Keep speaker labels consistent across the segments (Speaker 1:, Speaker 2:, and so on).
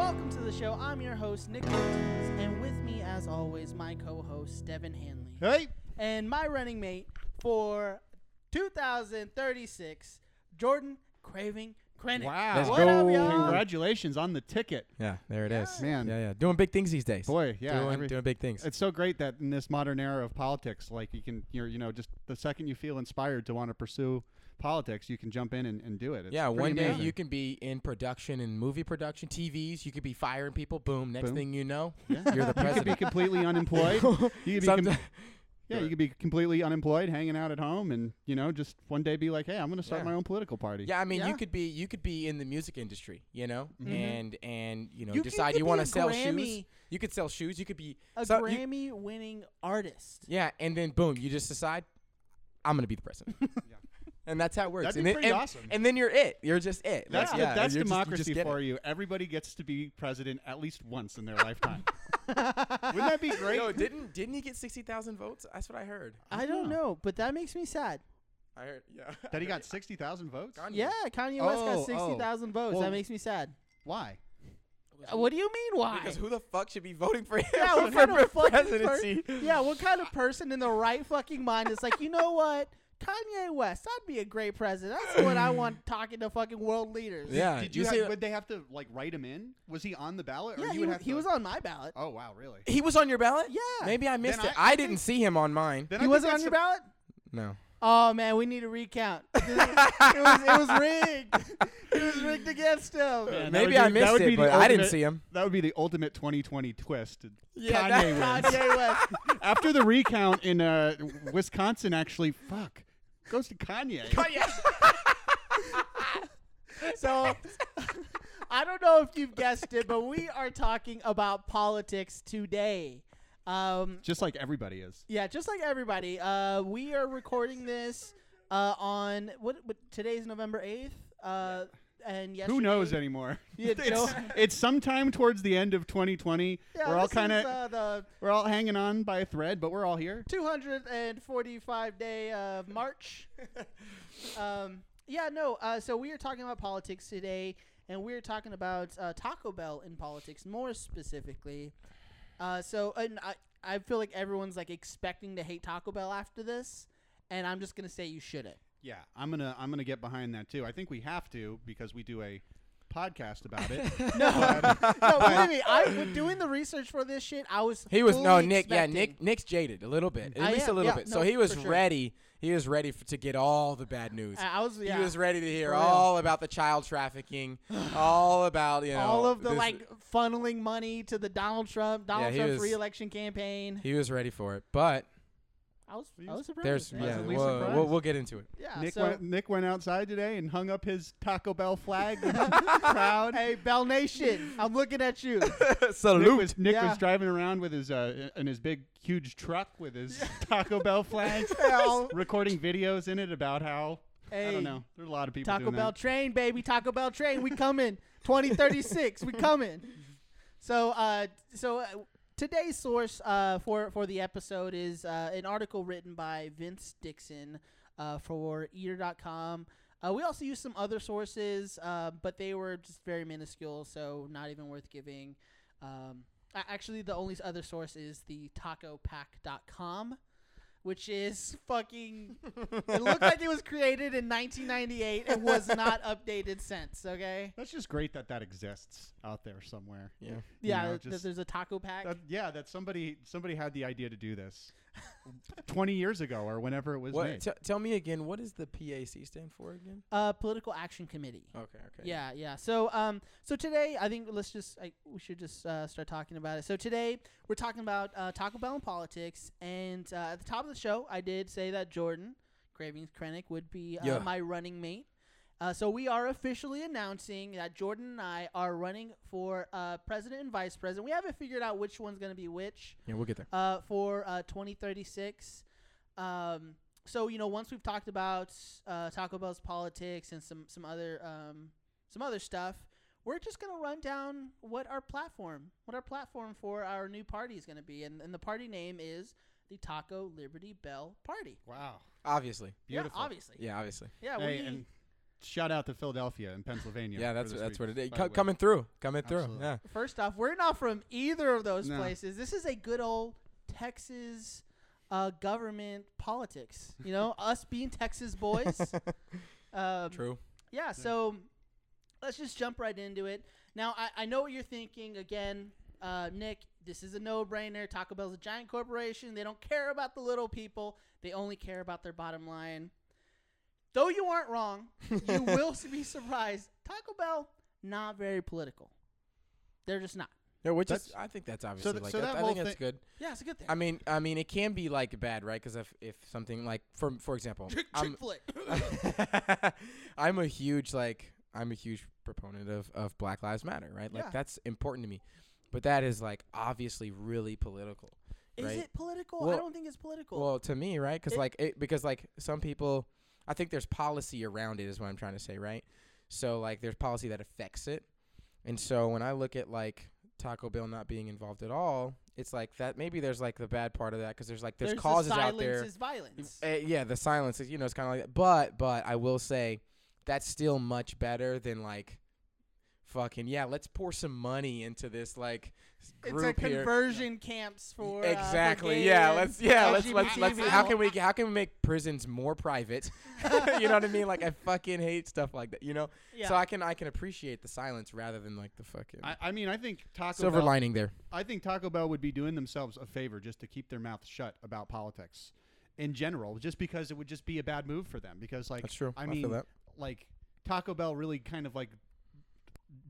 Speaker 1: Uh, the show. I'm your host, Nick Martins, and with me, as always, my co host, Devin Hanley.
Speaker 2: Hey,
Speaker 1: And my running mate for 2036, Jordan Craving Krennic.
Speaker 2: Wow.
Speaker 3: Let's
Speaker 1: what up,
Speaker 3: go.
Speaker 1: y'all?
Speaker 2: congratulations on the ticket,
Speaker 3: Yeah, there it is.
Speaker 2: man.
Speaker 3: Yeah, yeah. Doing big things these days.
Speaker 2: Boy, yeah.
Speaker 3: doing,
Speaker 2: every-
Speaker 3: doing big things.
Speaker 2: it's so great that in this modern era of politics, like you can, you're, you know, just the second you feel inspired to want to pursue politics, you can jump in and, and do it. It's
Speaker 3: yeah,
Speaker 2: pretty
Speaker 3: one day
Speaker 2: amazing.
Speaker 3: you can be in production in movie production, TVs. You could be firing people. Boom. Next
Speaker 2: Boom.
Speaker 3: thing you know,
Speaker 2: Yeah. You
Speaker 3: you're the
Speaker 2: could be
Speaker 3: president.
Speaker 2: completely unemployed. You could be com-
Speaker 3: Someti-
Speaker 2: yeah, you could be completely unemployed, hanging out at home, and you know, just one day be like, hey, I'm going to start
Speaker 3: Yeah.
Speaker 2: my own political party.
Speaker 3: yeah, I mean,
Speaker 1: Yeah.
Speaker 3: you could be you could be in the music industry, you know,
Speaker 2: Mhm.
Speaker 3: and and you know
Speaker 1: You could-
Speaker 3: decide
Speaker 1: could
Speaker 3: you
Speaker 1: be
Speaker 3: want
Speaker 1: a
Speaker 3: to sell shoes.
Speaker 1: Grammy-
Speaker 3: You could sell shoes. You could be
Speaker 1: A
Speaker 3: so you-
Speaker 1: Grammy winning artist.
Speaker 3: yeah, and then boom, you just decide I'm gonna be the president. And that's how it works.
Speaker 2: That'd be
Speaker 3: and then,
Speaker 2: pretty
Speaker 3: and,
Speaker 2: awesome.
Speaker 3: And then you're it. You're just it.
Speaker 2: That's,
Speaker 3: Like,
Speaker 2: the-
Speaker 3: yeah,
Speaker 2: that's
Speaker 3: you're just- you
Speaker 2: democracy
Speaker 3: just get it.
Speaker 2: for you. Everybody gets to be president at least once in their lifetime. Wouldn't that be great?
Speaker 3: No, didn't didn't he get sixty thousand votes? That's what I heard.
Speaker 1: I don't
Speaker 2: Yeah.
Speaker 1: know, but that makes me sad.
Speaker 3: I heard, yeah.
Speaker 2: that he got 60,000 votes?
Speaker 1: Yeah, Kanye West
Speaker 2: Oh,
Speaker 1: got
Speaker 2: oh.
Speaker 1: 60,000 votes.
Speaker 2: Well-
Speaker 1: that makes me sad.
Speaker 2: Why?
Speaker 1: Uh, What do you mean, why?
Speaker 3: Because who the fuck should be voting for him
Speaker 1: Yeah, what
Speaker 3: for
Speaker 1: kind of fucking per-
Speaker 3: presidency?
Speaker 1: yeah, what kind of person in the right fucking mind is like, you know what? Kanye West, that'd be a great president. That's what I want talking to fucking world leaders.
Speaker 3: Yeah,
Speaker 2: Did you,
Speaker 3: see,
Speaker 2: have, would they have to like write him in? Was he on the ballot? Or
Speaker 1: Yeah,
Speaker 2: you
Speaker 1: he,
Speaker 2: would
Speaker 1: wa-
Speaker 2: have
Speaker 1: he
Speaker 2: to,
Speaker 1: was on my ballot.
Speaker 2: Oh wow, really?
Speaker 3: he was on your ballot.
Speaker 1: Yeah.
Speaker 3: maybe I missed
Speaker 2: Then
Speaker 3: it.
Speaker 2: I- I
Speaker 3: I,
Speaker 2: think-
Speaker 3: didn't see him on mine.
Speaker 2: Then I
Speaker 1: He
Speaker 2: think
Speaker 1: wasn't on
Speaker 2: that's
Speaker 1: your
Speaker 2: the-
Speaker 1: ballot?
Speaker 3: No.
Speaker 1: Oh, man, we need a recount. it, was, it was rigged. It was rigged against him.
Speaker 2: Yeah, that would
Speaker 3: maybe
Speaker 2: be-
Speaker 3: I
Speaker 2: that
Speaker 3: missed
Speaker 2: would be the
Speaker 3: it, but I didn't
Speaker 2: ultimate-
Speaker 3: see him.
Speaker 2: That would be the ultimate 2020 twist.
Speaker 3: Yeah,
Speaker 2: Kanye
Speaker 3: that-
Speaker 2: wins.
Speaker 1: Kanye West.
Speaker 2: After the recount in uh, Wisconsin, actually, fuck, goes to Kanye.
Speaker 1: So I don't know if you've guessed it, but we are talking about politics today. Um,
Speaker 2: Just like everybody is.
Speaker 1: yeah, just like everybody, uh, we are recording this uh, on what, what today's November eighth, uh, and yesterday.
Speaker 2: Who knows anymore?
Speaker 1: Yeah,
Speaker 2: it's,
Speaker 1: Joe-
Speaker 2: it's sometime towards the end of 2020.
Speaker 1: Yeah,
Speaker 2: we're all
Speaker 1: this
Speaker 2: kind
Speaker 1: is,
Speaker 2: of
Speaker 1: uh, the
Speaker 2: we're all hanging on by a thread, but we're all here.
Speaker 1: 245 day of March. um, yeah, no. Uh, so we are talking about politics today, and we are talking about uh, Taco Bell in politics, more specifically. Uh, so, and I, I feel like everyone's like expecting to hate Taco Bell after this, and I'm just gonna say you shouldn't.
Speaker 2: Yeah, I'm gonna I'm gonna get behind that too. I think we have to because we do a podcast about it. uh,
Speaker 1: No, no, believe me. I when doing the research for this shit. I was
Speaker 3: He was no
Speaker 1: fully
Speaker 3: Nick.
Speaker 1: expecting-
Speaker 3: Yeah, Nick. Nick's jaded a little bit, at
Speaker 1: I
Speaker 3: least
Speaker 1: am,
Speaker 3: a little
Speaker 1: yeah,
Speaker 3: bit.
Speaker 1: no,
Speaker 3: so he was
Speaker 1: for sure.
Speaker 3: ready. He was ready for, to get all the bad news.
Speaker 1: I I was yeah.
Speaker 3: He was ready to hear
Speaker 1: For real.
Speaker 3: all about the child trafficking, all about you know
Speaker 1: all of the
Speaker 3: this-
Speaker 1: like funneling money to the Donald Trump, Donald
Speaker 3: he
Speaker 1: Trump's
Speaker 3: was-
Speaker 1: reelection campaign.
Speaker 3: He was ready for it, but
Speaker 1: I was,
Speaker 2: He
Speaker 1: I
Speaker 2: was-
Speaker 1: was surprised.
Speaker 3: there's
Speaker 1: man.
Speaker 3: yeah,
Speaker 2: Pleasantly
Speaker 3: we'll,
Speaker 2: surprised.
Speaker 3: we'll, we'll get into it.
Speaker 1: yeah.
Speaker 2: Nick
Speaker 1: so,
Speaker 2: went Nick went outside today and hung up his Taco Bell flag proud.
Speaker 1: hey, Bell Nation, I'm looking at you.
Speaker 2: Nick was Nick
Speaker 1: Yeah.
Speaker 2: was driving around with his uh in his big huge truck with his Taco Bell flag,
Speaker 1: Hell,
Speaker 2: recording videos in it about how I
Speaker 1: Hey,
Speaker 2: don't know. There are a lot of people
Speaker 1: Taco
Speaker 2: doing
Speaker 1: Bell
Speaker 2: that.
Speaker 1: train, baby, Taco Bell train, we coming. 2036, we coming. So, uh, so uh, today's source uh, for for the episode is uh, an article written by Vince Dixon uh, for Eater.com. Uh, we also used some other sources, uh, but they were just very minuscule, so not even worth giving. Um, a- actually, the only other source is the TacoPack.com, which is fucking. it looked like it was created in 1998 and was not updated since. Okay.
Speaker 2: That's just great that that exists out there somewhere.
Speaker 3: Yeah.
Speaker 2: You
Speaker 1: Yeah,
Speaker 2: know,
Speaker 1: that- that
Speaker 2: just-
Speaker 1: there's a taco pack.
Speaker 2: That, yeah, that somebody somebody had the idea to do this 20 years ago or whenever it was
Speaker 3: What,
Speaker 2: made.
Speaker 3: t- tell me again, what does the PAC stand for again?
Speaker 1: uh, political action committee.
Speaker 3: Okay, okay.
Speaker 1: Yeah, yeah. So, um, so today I think let's just I, we should just uh, start talking about it. So today we're talking about uh, Taco Bell and politics, and uh, at the top of the show I did say that Jordan Cravings Krennic would be uh,
Speaker 3: Yeah.
Speaker 1: my running mate. Uh, so we are officially announcing that Jordan and I are running for uh, president and vice president. We haven't figured out which one's going to be which
Speaker 3: Yeah, we'll get there.
Speaker 1: uh, for uh, 2036. Um, so you know, once we've talked about uh, Taco Bell's politics and some some other um, some other stuff, we're just gonna run down what our platform, what our platform for our new party is gonna be, and, and the party name is the Taco Liberty Bell Party.
Speaker 2: Wow.
Speaker 3: Obviously.
Speaker 2: Beautiful.
Speaker 1: Yeah, obviously.
Speaker 3: Yeah, obviously.
Speaker 1: Yeah,
Speaker 2: Hey,
Speaker 1: we
Speaker 2: and shout out to Philadelphia and Pennsylvania.
Speaker 3: yeah,
Speaker 2: for
Speaker 3: that's
Speaker 2: this
Speaker 3: that's what
Speaker 2: week,
Speaker 3: it is.
Speaker 2: by
Speaker 3: Co-
Speaker 2: the way.
Speaker 3: coming through, coming through.
Speaker 2: Absolutely.
Speaker 3: Yeah,
Speaker 1: First off, we're not from either of those
Speaker 2: No.
Speaker 1: places. This is a good old Texas uh, government politics. You know, us being Texas boys. um,
Speaker 3: true.
Speaker 1: Yeah, so let's just jump right into it. Now, I, I know what you're thinking. Again, uh, Nick, this is a no brainer. Taco Bell's a giant corporation. They don't care about the little people, they only care about their bottom line. Though you aren't wrong, you will be surprised. Taco Bell, not very political. They're just not.
Speaker 3: Yeah, which is
Speaker 2: That's-
Speaker 3: I think that's obviously
Speaker 2: So th-
Speaker 3: like
Speaker 2: so
Speaker 3: I-
Speaker 2: that
Speaker 3: I
Speaker 2: whole
Speaker 3: think that's
Speaker 2: thing-
Speaker 3: good.
Speaker 1: Yeah, it's a good thing.
Speaker 3: I mean, I mean, it can be like bad, right? Because if if something like for for example, I'm
Speaker 1: Chick-fil-A.
Speaker 3: I'm a huge like I'm a huge proponent of of Black Lives Matter, right? Like
Speaker 1: Yeah.
Speaker 3: that's important to me. But that is like obviously really political.
Speaker 1: Is
Speaker 3: right?
Speaker 1: it political? I
Speaker 3: Well-
Speaker 1: don't think it's political.
Speaker 3: Well, to me, right? Because
Speaker 1: It-
Speaker 3: like it, because like some people, I think there's policy around it is what I'm trying to say, right? So like there's policy that affects it, and so when I look at like Taco Bell not being involved at all, it's like that maybe there's like the bad part of that because there's like there's,
Speaker 1: the
Speaker 3: causes
Speaker 1: silence
Speaker 3: out there.
Speaker 1: is violence.
Speaker 3: Uh, yeah, the silence is you know it's kind of like that. But but I will say that's still much better than like fucking yeah. Let's pour some money into this like s-
Speaker 1: It's
Speaker 3: group
Speaker 1: a
Speaker 3: here.
Speaker 1: conversion camps for uh, for
Speaker 3: Exactly.
Speaker 1: gay
Speaker 3: yeah.
Speaker 1: and-
Speaker 3: Let's. Yeah. Let's. Let's.
Speaker 1: LGBT
Speaker 3: Let's. How
Speaker 1: people.
Speaker 3: can we? How can we make prisons more private? you know what I mean? Like I fucking hate stuff like that. You know.
Speaker 1: Yeah.
Speaker 3: So I can I can appreciate the silence rather than like the fucking
Speaker 2: I, I mean, I think Taco
Speaker 3: silver
Speaker 2: Bell,
Speaker 3: lining there.
Speaker 2: I think Taco Bell would be doing themselves a favor just to keep their mouth shut about politics in general, just because it would just be a bad move for them. Because like
Speaker 3: That's true.
Speaker 2: I,
Speaker 3: I feel
Speaker 2: mean,
Speaker 3: that.
Speaker 2: like Taco Bell really kind of like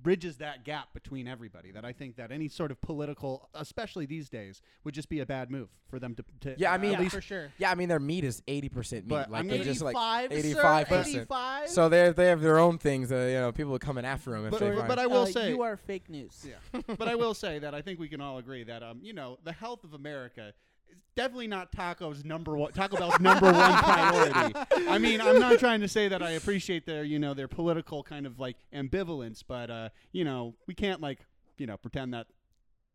Speaker 2: bridges that gap between everybody. That I think that any sort of political, especially these days, would just be a bad move for them to. to
Speaker 3: Yeah, I
Speaker 2: at
Speaker 3: mean,
Speaker 1: yeah,
Speaker 2: least
Speaker 1: for sure.
Speaker 3: Yeah. I mean their meat is eighty percent meat.
Speaker 2: But
Speaker 3: like
Speaker 2: I'm
Speaker 3: they
Speaker 2: gonna-
Speaker 3: just like.
Speaker 1: 85,
Speaker 3: 85%.
Speaker 1: 85.
Speaker 3: So they they have their own things. That, you know, people are coming after them if
Speaker 2: But-
Speaker 3: they
Speaker 2: but
Speaker 3: find.
Speaker 2: I will say-
Speaker 1: Uh, you are fake news.
Speaker 2: Yeah. but I will say that I think we can all agree that um, you know, the health of America is definitely not Taco's number one Taco Bell's number one priority. I mean, I'm not trying to say that I appreciate their, you know, their political kind of like ambivalence, but uh, you know, we can't like, you know, pretend that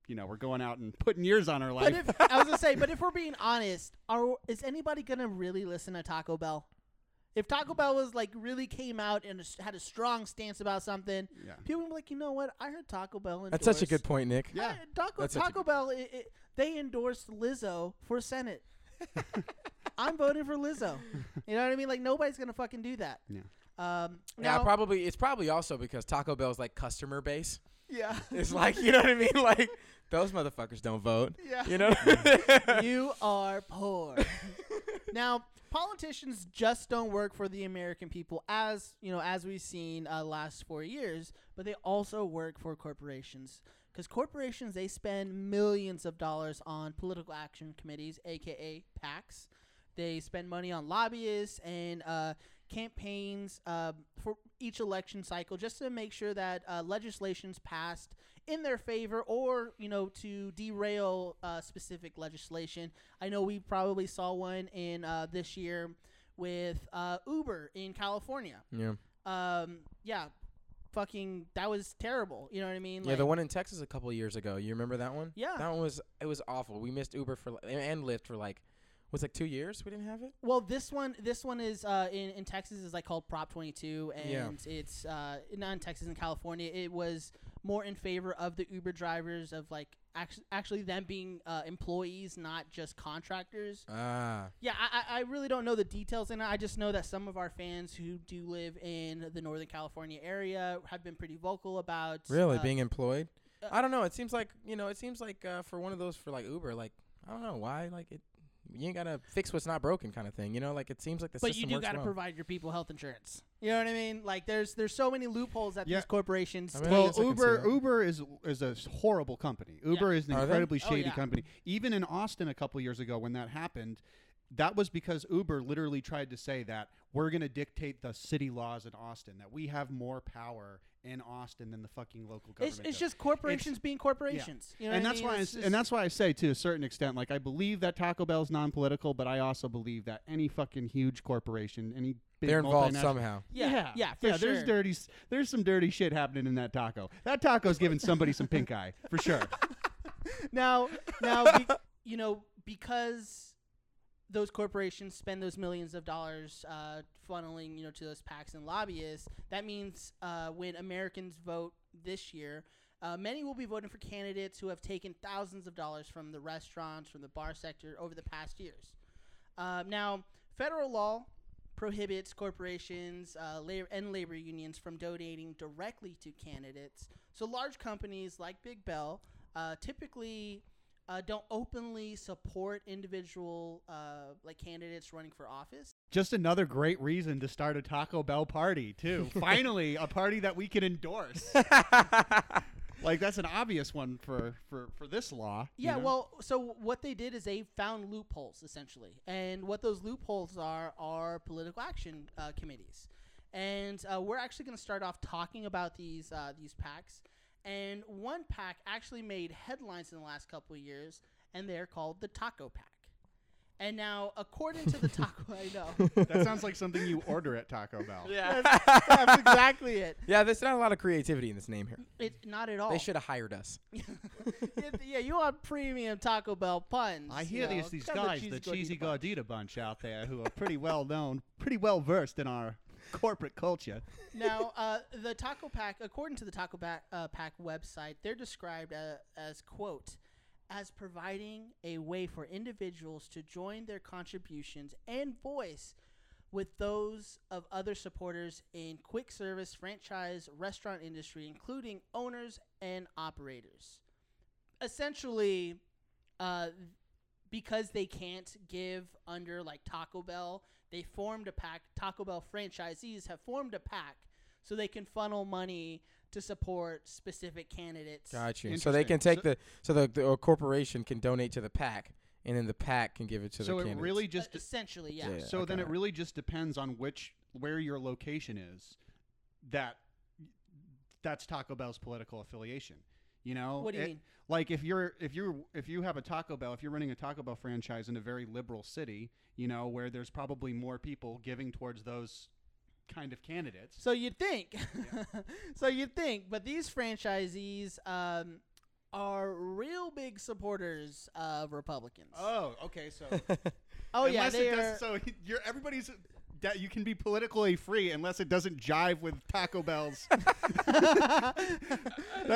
Speaker 2: you know, we're going out and putting years on our
Speaker 1: But
Speaker 2: life.
Speaker 1: if I was gonna say, but if we're being honest, are is anybody gonna really listen to Taco Bell? If Taco Bell was like really came out and s- had a strong stance about something,
Speaker 2: Yeah.
Speaker 1: people would be like, you know what? I heard Taco Bell.
Speaker 3: That's such a
Speaker 1: endorsed-
Speaker 3: good point, Nick.
Speaker 1: I-
Speaker 2: Yeah.
Speaker 1: Taco,
Speaker 3: That's such a
Speaker 1: Taco Bell. i i they endorsed Lizzo for Senate. I'm voting for Lizzo. You know what I mean? Like nobody's gonna fucking do that.
Speaker 2: Yeah.
Speaker 1: Um,
Speaker 3: Now,
Speaker 1: now,
Speaker 3: probably it's probably also because Taco Bell's like customer base
Speaker 1: yeah.
Speaker 3: is like you know what I mean. Like those motherfuckers don't vote.
Speaker 1: Yeah.
Speaker 3: You know.
Speaker 1: you are poor. now, politicians just don't work for the American people, as you know, as we've seen uh, last four years. But they also work for corporations, because corporations they spend millions of dollars on political action committees, aka PACs. They spend money on lobbyists and uh, campaigns uh, for each election cycle, just to make sure that uh, legislation's passed in their favor, or you know, to derail uh, specific legislation. I know we probably saw one in uh, this year with uh, Uber in California.
Speaker 3: yeah.
Speaker 1: Um, yeah, fucking, that was terrible. You know what I mean?
Speaker 3: yeah, the
Speaker 1: Like-
Speaker 3: one in Texas a couple years ago. You remember that one?
Speaker 1: Yeah.
Speaker 3: That one was it was awful. We missed Uber for li- and- and Lyft for like was it like two years. We didn't have it.
Speaker 1: Well, this one, this one is uh, in in Texas is like called Prop 22, and
Speaker 3: Yeah.
Speaker 1: it's uh, not in Texas in California. It was more in favor of the Uber drivers of like actually, actually them being uh, employees, not just contractors.
Speaker 3: Ah,
Speaker 1: Yeah, I, I- I really don't know the details in it. I just know that some of our fans who do live in the Northern California area have been pretty vocal about
Speaker 3: really?
Speaker 1: uh,
Speaker 3: Being employed?
Speaker 1: uh,
Speaker 3: I don't know. It seems like you know. It seems like uh, for one of those for like Uber, like I don't know why. Like it, you ain't gotta fix what's not broken, kind of thing. You know, like it seems like the
Speaker 1: But you
Speaker 3: system
Speaker 1: do
Speaker 3: works
Speaker 1: got to
Speaker 3: well.
Speaker 1: provide your people health insurance. You know what I mean? Like, there's there's so many loopholes that
Speaker 2: Yeah.
Speaker 1: these corporations.
Speaker 3: I mean, I
Speaker 2: well,
Speaker 3: guess can see
Speaker 2: Uber
Speaker 3: that.
Speaker 2: Uber is is a s- horrible company. Uber is an
Speaker 3: Are they?
Speaker 2: incredibly
Speaker 1: Oh,
Speaker 2: shady
Speaker 1: yeah.
Speaker 2: company. Even in Austin a couple years ago when that happened, that was because Uber literally tried to say that we're going to dictate the city laws in Austin that we have more power in Austin than the fucking local
Speaker 1: It's,
Speaker 2: government.
Speaker 1: it's
Speaker 2: does.
Speaker 1: just corporations being corporations. You know
Speaker 2: and
Speaker 1: what I
Speaker 2: that's
Speaker 1: mean?
Speaker 2: why, I
Speaker 1: It's
Speaker 2: s
Speaker 1: just-
Speaker 2: and that's why I say to a certain extent, like I believe that Taco Bell's non-political, but I also believe that any fucking huge corporation, any big
Speaker 3: They're involved
Speaker 2: multinational-
Speaker 3: somehow.
Speaker 1: yeah, yeah, for sure.
Speaker 2: there's dirty, s- there's some dirty shit happening in that taco. That taco's giving somebody some pink eye for sure.
Speaker 1: now, now, be, you know, because those corporations spend those millions of dollars uh, funneling, you know, to those PACs and lobbyists. That means uh, when Americans vote this year, uh, many will be voting for candidates who have taken thousands of dollars from the restaurants, from the bar sector over the past years. Uh, now, federal law prohibits corporations uh, labor and labor unions from donating directly to candidates. So, large companies like Big Bell uh, typically uh, don't openly support individual uh, like candidates running for office.
Speaker 2: Just another great reason to start a Taco Bell party, too. Finally, a party that we can endorse. like that's an obvious one for for for this law. you
Speaker 1: Yeah,
Speaker 2: know?
Speaker 1: well, so what they did is they found loopholes essentially, and what those loopholes are are political action uh, committees, and uh, we're actually going to start off talking about these uh, these packs, and one pack actually made headlines in the last couple of years, and they're called the Taco Pack, and now according to the Taco, I know
Speaker 2: that sounds like something you order at Taco Bell.
Speaker 1: that's, that's exactly it.
Speaker 3: yeah, there's not a lot of creativity in this name here.
Speaker 1: It's not at all.
Speaker 3: They should have hired us.
Speaker 1: It- yeah, you want premium Taco Bell puns?
Speaker 2: I
Speaker 1: you
Speaker 2: hear
Speaker 1: know,
Speaker 2: these these
Speaker 1: come to
Speaker 2: guys, the
Speaker 1: Gordita
Speaker 2: cheesy
Speaker 1: Bun.
Speaker 2: gordita bunch out there, who are pretty well known, pretty well versed in our corporate culture.
Speaker 1: now, uh, the Taco Pack, according to the Taco Pack, uh, Pack website, they're described uh, as quote as providing a way for individuals to join their contributions and voice with those of other supporters in quick service franchise restaurant industry, including owners and operators. Essentially, uh, because they can't give under like Taco Bell, they formed a pack. Taco Bell franchisees have formed a pack so they can funnel money to support specific candidates.
Speaker 3: Got you. So they
Speaker 2: Interesting.
Speaker 3: can take
Speaker 2: So-
Speaker 3: the so the, the corporation can donate to the pack, and then the pack can give it to
Speaker 2: so
Speaker 3: the
Speaker 2: it
Speaker 3: candidates.
Speaker 2: really
Speaker 1: Uh,
Speaker 2: just
Speaker 1: essentially, yeah.
Speaker 3: Yeah.
Speaker 2: so then it
Speaker 3: okay.
Speaker 2: really just depends on which where your location is. That that's Taco Bell's political affiliation. You know,
Speaker 1: What do you
Speaker 2: It-
Speaker 1: mean?
Speaker 2: Like if you're if you're if you have a Taco Bell, if you're running a Taco Bell franchise in a very liberal city, you know where there's probably more people giving towards those kind of candidates.
Speaker 1: So you'd think. so you'd think, but these franchisees um, are real big supporters of Republicans.
Speaker 2: Oh, okay. So
Speaker 1: oh yeah,
Speaker 2: unless
Speaker 1: they
Speaker 2: it
Speaker 1: are.
Speaker 2: does, so you're everybody's that you can be politically free unless it doesn't jive with Taco Bell's. that's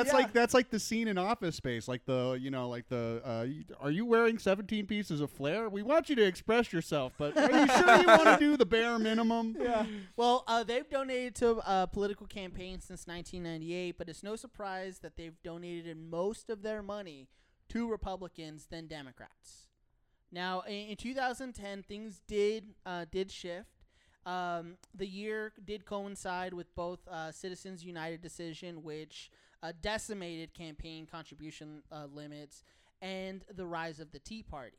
Speaker 1: Yeah.
Speaker 2: like that's like the scene in Office Space, like the you know like the uh, you- are you wearing 17 pieces of flair? We want you to express yourself, but are you sure you want to do the bare minimum? Yeah.
Speaker 1: Well, uh, they've donated to uh, political campaigns since 1998, but it's no surprise that they've donated most of their money to Republicans than Democrats. Now, in, in 2010, things did uh, did shift. Um, the year did coincide with both uh, Citizens United decision, which uh, decimated campaign contribution uh, limits, and the rise of the Tea Party.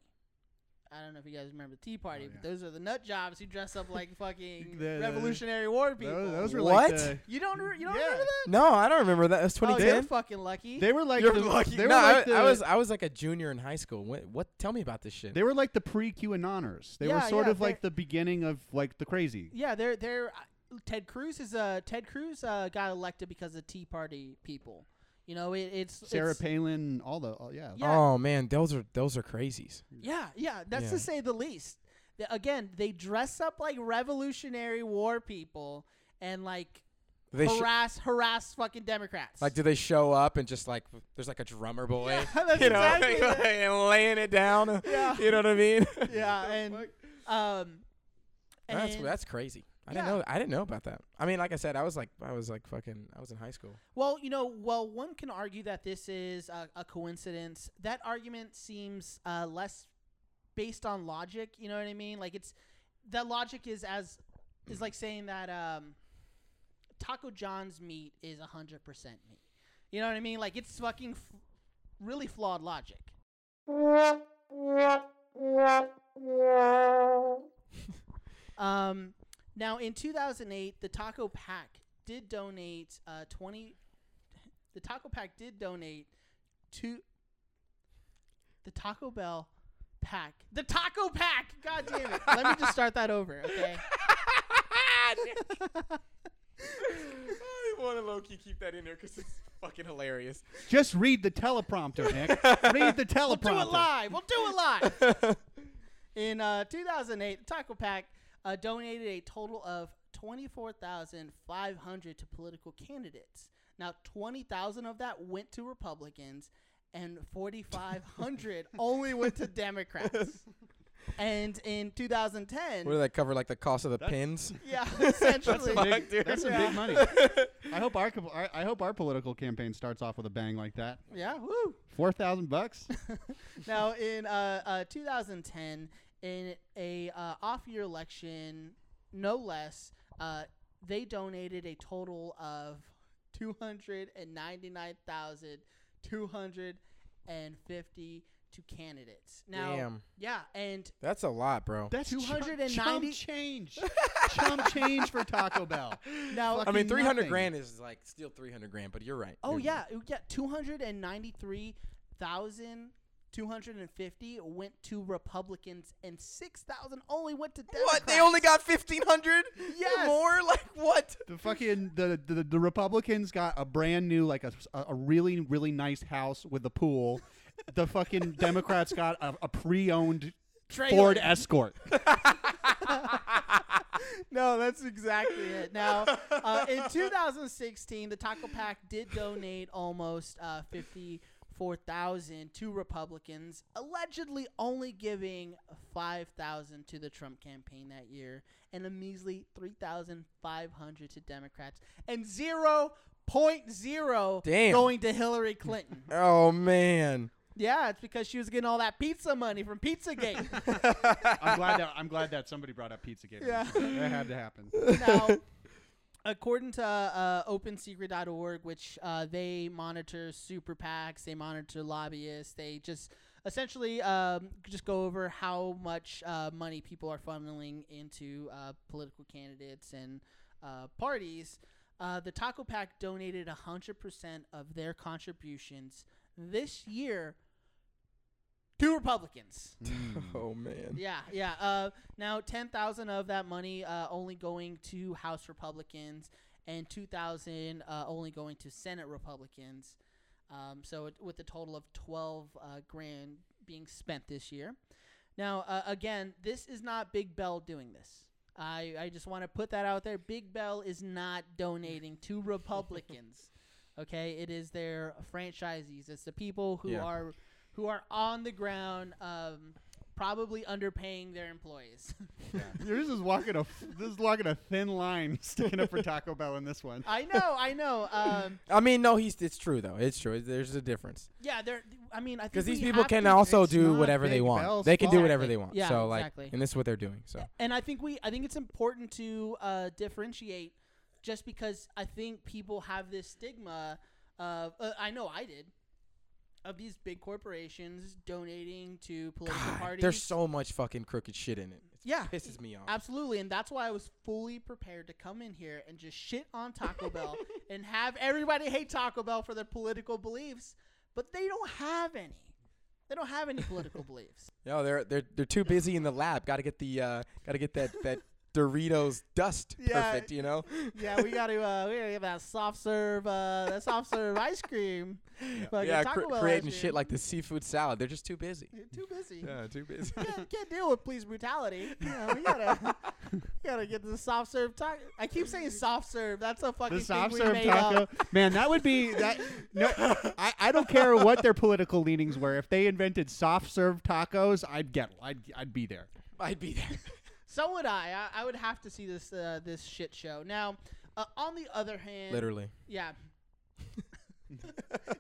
Speaker 1: I don't know if you guys remember the Tea Party,
Speaker 2: yeah.
Speaker 1: but those are the nut jobs who dress up like fucking
Speaker 2: The-
Speaker 1: Revolutionary War people.
Speaker 2: Those, those were
Speaker 3: What?
Speaker 2: like the-
Speaker 1: you don't re- you don't
Speaker 2: Yeah.
Speaker 1: remember that?
Speaker 3: no, I don't remember that. It was
Speaker 1: Oh, you're
Speaker 3: 2010.
Speaker 1: fucking lucky.
Speaker 2: they were like the, They were
Speaker 3: No, I,
Speaker 2: like the,
Speaker 3: I was I was like a junior in high school. What? what tell me about this shit.
Speaker 2: They were like the pre QAnoners. They
Speaker 1: Yeah,
Speaker 2: were sort
Speaker 1: yeah,
Speaker 2: of like the beginning of like the crazy.
Speaker 1: yeah, they're they're uh, Ted Cruz is uh Ted Cruz uh, got elected because of Tea Party people. You know, it, it's
Speaker 2: Sarah
Speaker 1: it's,
Speaker 2: Palin, all the all, yeah.
Speaker 1: yeah.
Speaker 3: Oh man, those are those are crazies.
Speaker 1: Yeah, yeah, that's
Speaker 3: Yeah.
Speaker 1: to say the least. The- again, they dress up like Revolutionary War people and like
Speaker 3: They sh-
Speaker 1: harass harass fucking Democrats.
Speaker 3: like do they show up and just like there's like a drummer boy,
Speaker 1: Yeah, that's
Speaker 3: you know,
Speaker 1: exactly
Speaker 3: like,
Speaker 1: it.
Speaker 3: and laying it down.
Speaker 1: Yeah.
Speaker 3: You know what I mean?
Speaker 1: yeah, and um,
Speaker 3: That's
Speaker 1: and-
Speaker 3: that's crazy. I
Speaker 1: Yeah.
Speaker 3: didn't know I didn't know about that. I mean, like I said, I was like I was like fucking I was in high school.
Speaker 1: Well, you know, well, one can argue that this is a, a coincidence. That argument seems uh, less based on logic. You know what I mean? Like it's that logic is as is like saying that um, Taco John's meat is hundred percent meat. You know what I mean? Like it's fucking f- really flawed logic. Um, now, in 2008, the Taco Pack did donate uh, 20. The Taco Pack did donate to the Taco Bell Pack. The Taco Pack. God damn it! Let me just start that over, okay? Ah,
Speaker 3: I want to low key keep that in there because it's fucking hilarious.
Speaker 2: Just read the teleprompter, Nick. read the teleprompter.
Speaker 1: We'll do it live. We'll do it live. In uh, 2008, Taco Pack uh, donated a total of 24,500 to political candidates. Now, 20,000 of that went to Republicans, and 4,500 only went to Democrats. And in 2010,
Speaker 3: What did that cover? Like the cost of the
Speaker 2: That's-
Speaker 3: pins?
Speaker 1: yeah,
Speaker 2: That's
Speaker 1: essentially,
Speaker 2: some
Speaker 3: Fuck,
Speaker 2: big,
Speaker 3: dude.
Speaker 2: that's some
Speaker 1: Yeah.
Speaker 2: big money. I hope our co- I, I hope our political campaign starts off with a bang like that.
Speaker 1: yeah, woo.
Speaker 2: Four thousand bucks.
Speaker 1: now in uh, uh, 2010 in a uh, off-year election no less uh, they donated a total of 299,250 to candidates now
Speaker 3: Damn.
Speaker 1: yeah and
Speaker 3: That's a lot, bro.
Speaker 2: That's
Speaker 1: chump-
Speaker 2: two hundred and ninety
Speaker 1: chump
Speaker 2: change. chump change for Taco Bell.
Speaker 1: now
Speaker 3: I mean,
Speaker 2: fucking
Speaker 3: 300
Speaker 2: nothing.
Speaker 3: grand is like still 300 grand, but you're right.
Speaker 1: oh
Speaker 3: You're
Speaker 1: yeah
Speaker 3: right.
Speaker 1: yeah 293,250 went to Republicans and 6,000 only went to Democrats.
Speaker 3: What? They only got 1500
Speaker 1: Yes.
Speaker 3: more? Like what?
Speaker 2: The fucking the, the the Republicans got a brand new like a, a really really nice house with a pool. The fucking Democrats got a, a pre-owned Ford
Speaker 1: Trailer.
Speaker 2: Escort.
Speaker 1: No, that's exactly it. Now, uh, in 2016, the Taco Pack did donate almost uh, 54,000 to Republicans, allegedly only giving 5,000 to the Trump campaign that year, and a measly 3,500 to Democrats, and 0.0
Speaker 3: Damn.
Speaker 1: going to Hillary Clinton.
Speaker 3: Oh man.
Speaker 1: yeah, it's because she was getting all that pizza money from Pizzagate.
Speaker 2: I'm glad that I'm glad that somebody brought up Pizzagate.
Speaker 1: Yeah.
Speaker 2: that had to happen.
Speaker 1: now, according to uh, OpenSecret.org, which uh, they monitor super PACs, they monitor lobbyists, they just essentially um, just go over how much uh, money people are funneling into uh, political candidates and uh, parties. Uh, the Taco Pack donated 100% of their contributions this year to Republicans.
Speaker 3: Oh man.
Speaker 1: Yeah, yeah. Uh, now, ten thousand of that money uh, only going to House Republicans, and two thousand uh, only going to Senate Republicans. Um, so, it, with a total of twelve uh, grand being spent this year. Now, uh, again, this is not Big Bell doing this. I, I just want to put that out there. Big Bell is not donating to Republicans. Okay, it is their franchisees. It's the people who
Speaker 3: Yeah.
Speaker 1: are who are on the ground, um, probably underpaying their employees.
Speaker 2: Yours is walking a f- this is walking a thin line sticking up for Taco Bell in this one.
Speaker 1: I know, I know. Um,
Speaker 3: I mean, no, he's it's true though. It's true. There's a difference
Speaker 1: yeah, they're. I mean, I think
Speaker 3: because these
Speaker 1: we
Speaker 3: people
Speaker 1: have
Speaker 3: can
Speaker 1: to-
Speaker 3: also
Speaker 2: it's
Speaker 3: do
Speaker 2: not
Speaker 3: whatever they
Speaker 2: Big
Speaker 3: want.
Speaker 2: Bell's
Speaker 3: they can do
Speaker 2: fault.
Speaker 3: whatever
Speaker 1: Exactly.
Speaker 3: they want.
Speaker 1: Yeah,
Speaker 3: so like,
Speaker 1: exactly.
Speaker 3: and this is what they're doing. So
Speaker 1: and I think we I think it's important to uh, differentiate just because I think people have this stigma of uh, I know I did of these big corporations donating to political
Speaker 3: God,
Speaker 1: parties.
Speaker 3: there's so much fucking crooked shit in it. It
Speaker 1: yeah,
Speaker 3: pisses me off.
Speaker 1: absolutely, and that's why I was fully prepared to come in here and just shit on Taco Bell and have everybody hate Taco Bell for their political beliefs, but they don't have any. They don't have any political beliefs.
Speaker 3: No, they're they're they're too busy in the lab. Got to get the uh, got to get that that Doritos dust
Speaker 1: Yeah.
Speaker 3: perfect. You know.
Speaker 1: Yeah, we got to uh, we got to get that soft serve uh, that soft serve ice cream. Fucking
Speaker 3: yeah,
Speaker 1: Taco
Speaker 3: cre-
Speaker 1: Bell
Speaker 3: creating
Speaker 1: ice cream.
Speaker 3: shit like the seafood salad. They're just too busy.
Speaker 1: You're too busy.
Speaker 3: Yeah, too busy.
Speaker 1: Can't, can't deal with police brutality. You know, we gotta, we gotta get the soft serve taco. I keep saying soft serve. That's a fucking
Speaker 2: The soft
Speaker 1: thing we
Speaker 2: serve
Speaker 1: made
Speaker 2: taco,
Speaker 1: up.
Speaker 2: man, that would be that. No, I, I don't care what their political leanings were. If they invented soft serve tacos, I'd get, I'd, I'd be there.
Speaker 3: I'd be there.
Speaker 1: So would I. I. I would have to see this uh, this shit show. Now, uh, on the other hand,
Speaker 3: Literally.
Speaker 1: yeah,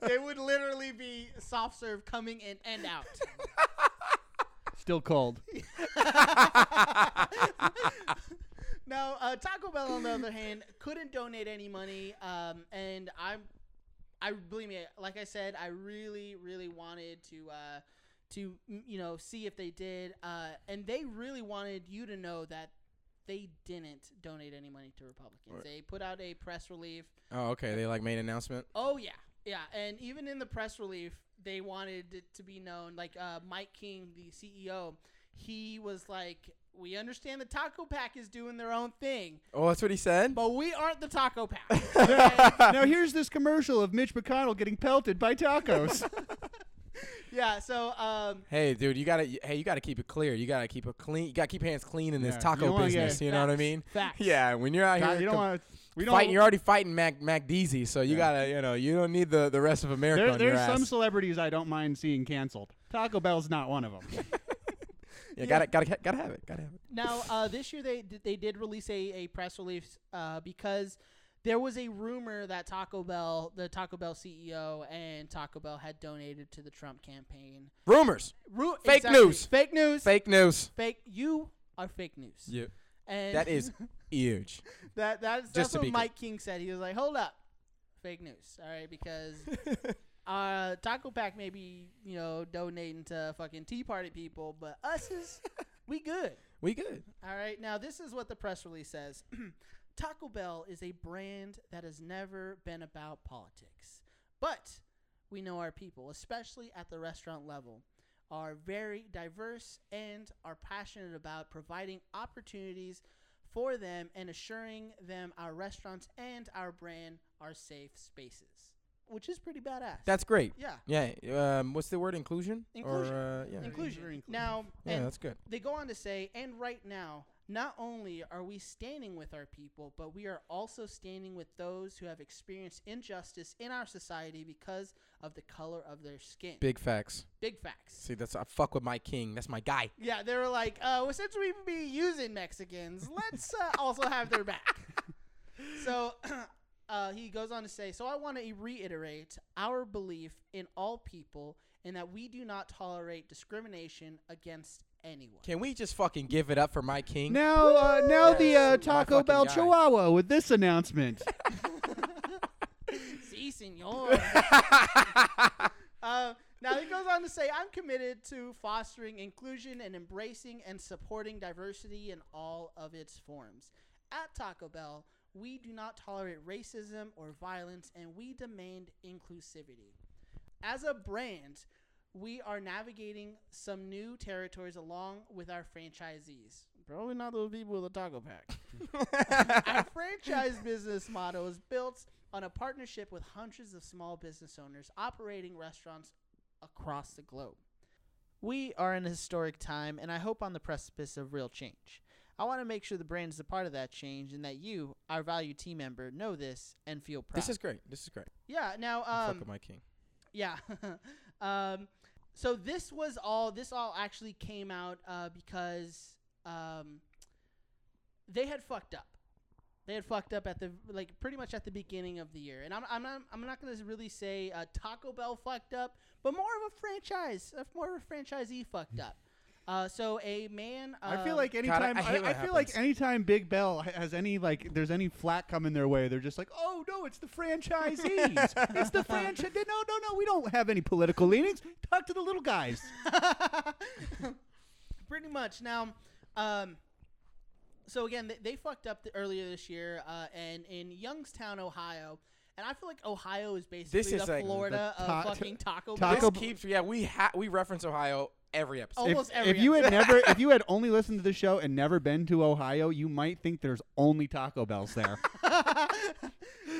Speaker 1: it would literally be soft serve coming in and out.
Speaker 2: Still cold.
Speaker 1: Now, uh, Taco Bell, on the other hand, couldn't donate any money, um, and I'm, I believe me, like I said, I really, really wanted to, uh, to m- you know, see if they did, uh, and they really wanted you to know that they didn't donate any money to Republicans.
Speaker 3: Right.
Speaker 1: They put out a press relief.
Speaker 3: Oh, okay. They like made an announcement.
Speaker 1: Oh yeah, yeah, and even in the press relief, they wanted it to be known. Like uh, Mike King, the CEO, he was like. We understand the Taco Pack is doing their own thing,
Speaker 3: Oh, that's what he said.
Speaker 1: but we aren't the Taco Pack. okay?
Speaker 2: now here's this commercial of Mitch McConnell getting pelted by tacos.
Speaker 1: yeah. So um,
Speaker 3: Hey, dude, you gotta hey, you gotta keep it clear. You gotta keep it clean. You gotta keep hands clean in this
Speaker 2: Yeah, you
Speaker 3: taco
Speaker 2: don't wanna get-
Speaker 3: business. you know what I
Speaker 1: facts,
Speaker 3: mean?
Speaker 1: Facts.
Speaker 3: Yeah, when you're out
Speaker 2: God,
Speaker 3: here
Speaker 2: you don't
Speaker 3: com-
Speaker 2: want to. We don't.
Speaker 3: fighting, you're already fighting Mac Mac Deasy, so you
Speaker 2: Yeah.
Speaker 3: gotta you know you don't need the, the rest of America
Speaker 2: there,
Speaker 3: on
Speaker 2: there's
Speaker 3: your ass.
Speaker 2: some celebrities I don't mind seeing canceled. Taco Bell's not one of them.
Speaker 3: yeah, gotta gotta gotta have it. Gotta have it.
Speaker 1: Now, uh, this year they did- they did release a, a press release uh, because there was a rumor that Taco Bell, the Taco Bell CEO and Taco Bell had donated to the Trump campaign.
Speaker 3: Rumors,
Speaker 1: Ru-
Speaker 3: Fake news.
Speaker 1: Fake news. Fake.
Speaker 3: fake news.
Speaker 1: You are fake news.
Speaker 3: Yeah,
Speaker 1: And
Speaker 3: that is huge.
Speaker 1: that that's,
Speaker 3: Just
Speaker 1: that's
Speaker 3: to
Speaker 1: what
Speaker 3: be
Speaker 1: Mike King said. He was like, "Hold up, fake news, all right?" Because uh, Taco Pack may be you know donating to fucking Tea Party people, but us is we good.
Speaker 3: we good.
Speaker 1: All right, now this is what the press release says Taco Bell is a brand that has never been about politics, but we know our people, especially at the restaurant level, are very diverse and are passionate about providing opportunities for them and assuring them our restaurants and our brand are safe spaces, which is pretty badass.
Speaker 3: That's great.
Speaker 1: yeah,
Speaker 3: Yeah. Um, what's the word? Inclusion.
Speaker 1: Inclusion.
Speaker 3: Or, uh, yeah.
Speaker 1: inclusion.
Speaker 2: very inclusive.
Speaker 1: Now,
Speaker 3: Yeah,
Speaker 1: and
Speaker 3: that's good.
Speaker 1: they go on to say, and right now, not only are we standing with our people, but we are also standing with those who have experienced injustice in our society because of the color of their skin. Big,
Speaker 3: Big facts.
Speaker 1: facts.
Speaker 3: See, that's I fuck with my king. That's my guy.
Speaker 1: Yeah, they were like, uh, well, since we be using Mexicans, let's uh, also have their back. So uh, he goes on to say, so I want to reiterate our belief in all people and that we do not tolerate discrimination against anyone.
Speaker 3: Can we just fucking give it up for my king?
Speaker 2: Now, uh, now the uh,
Speaker 3: Yes, my
Speaker 2: Taco
Speaker 3: fucking
Speaker 2: Bell
Speaker 3: guy.
Speaker 2: Chihuahua with this announcement.
Speaker 1: Si, senor. Uh, now he goes on to say, "I'm committed to fostering inclusion and embracing and supporting diversity in all of its forms. At Taco Bell, we do not tolerate racism or violence, and we demand inclusivity. As a brand, we are navigating some new territories along with our franchisees. Probably not those people with the taco pack." Our franchise business model is built on a partnership with hundreds of small business owners operating restaurants across the globe. We are in a historic time, and I hope on the precipice of real change. I want to make sure the brand is a part of that change, and that you, our valued team member, know this and feel proud.
Speaker 3: this is great. This is great.
Speaker 1: yeah. Now,
Speaker 3: I
Speaker 1: um,
Speaker 3: fuck with my king.
Speaker 1: yeah. um, so this was all. This all actually came out uh, because um, they had fucked up. They had fucked up at the like pretty much at the beginning of the year, and I'm I'm not I'm not gonna really say uh, Taco Bell fucked up, but more of a franchise, uh, more of a franchisee fucked up. Uh, so a man.
Speaker 2: I feel
Speaker 1: um,
Speaker 2: like anytime
Speaker 3: I
Speaker 2: I,
Speaker 3: hate
Speaker 2: I,
Speaker 3: when it
Speaker 2: feel like
Speaker 3: happens.
Speaker 2: anytime Big Bell ha- has any like there's any flack coming their way, they're just like, oh no, it's the franchisees, it's the franchise. No, no, no, we don't have any political leanings. Talk to the little guys.
Speaker 1: pretty much now um so again they, they fucked up the, earlier this year uh and in youngstown ohio and i feel like ohio is basically
Speaker 3: This is
Speaker 1: the
Speaker 3: like
Speaker 1: florida
Speaker 2: the
Speaker 1: of
Speaker 2: ta-
Speaker 1: fucking taco bell
Speaker 2: Taco
Speaker 3: This
Speaker 2: Bell-
Speaker 3: keeps. Yeah, we ha- we reference Ohio every episode.
Speaker 1: Oh. Almost
Speaker 2: if,
Speaker 1: every
Speaker 2: if you had never, if you had only listened to the show and never been to Ohio, you might think there's only Taco Bells there.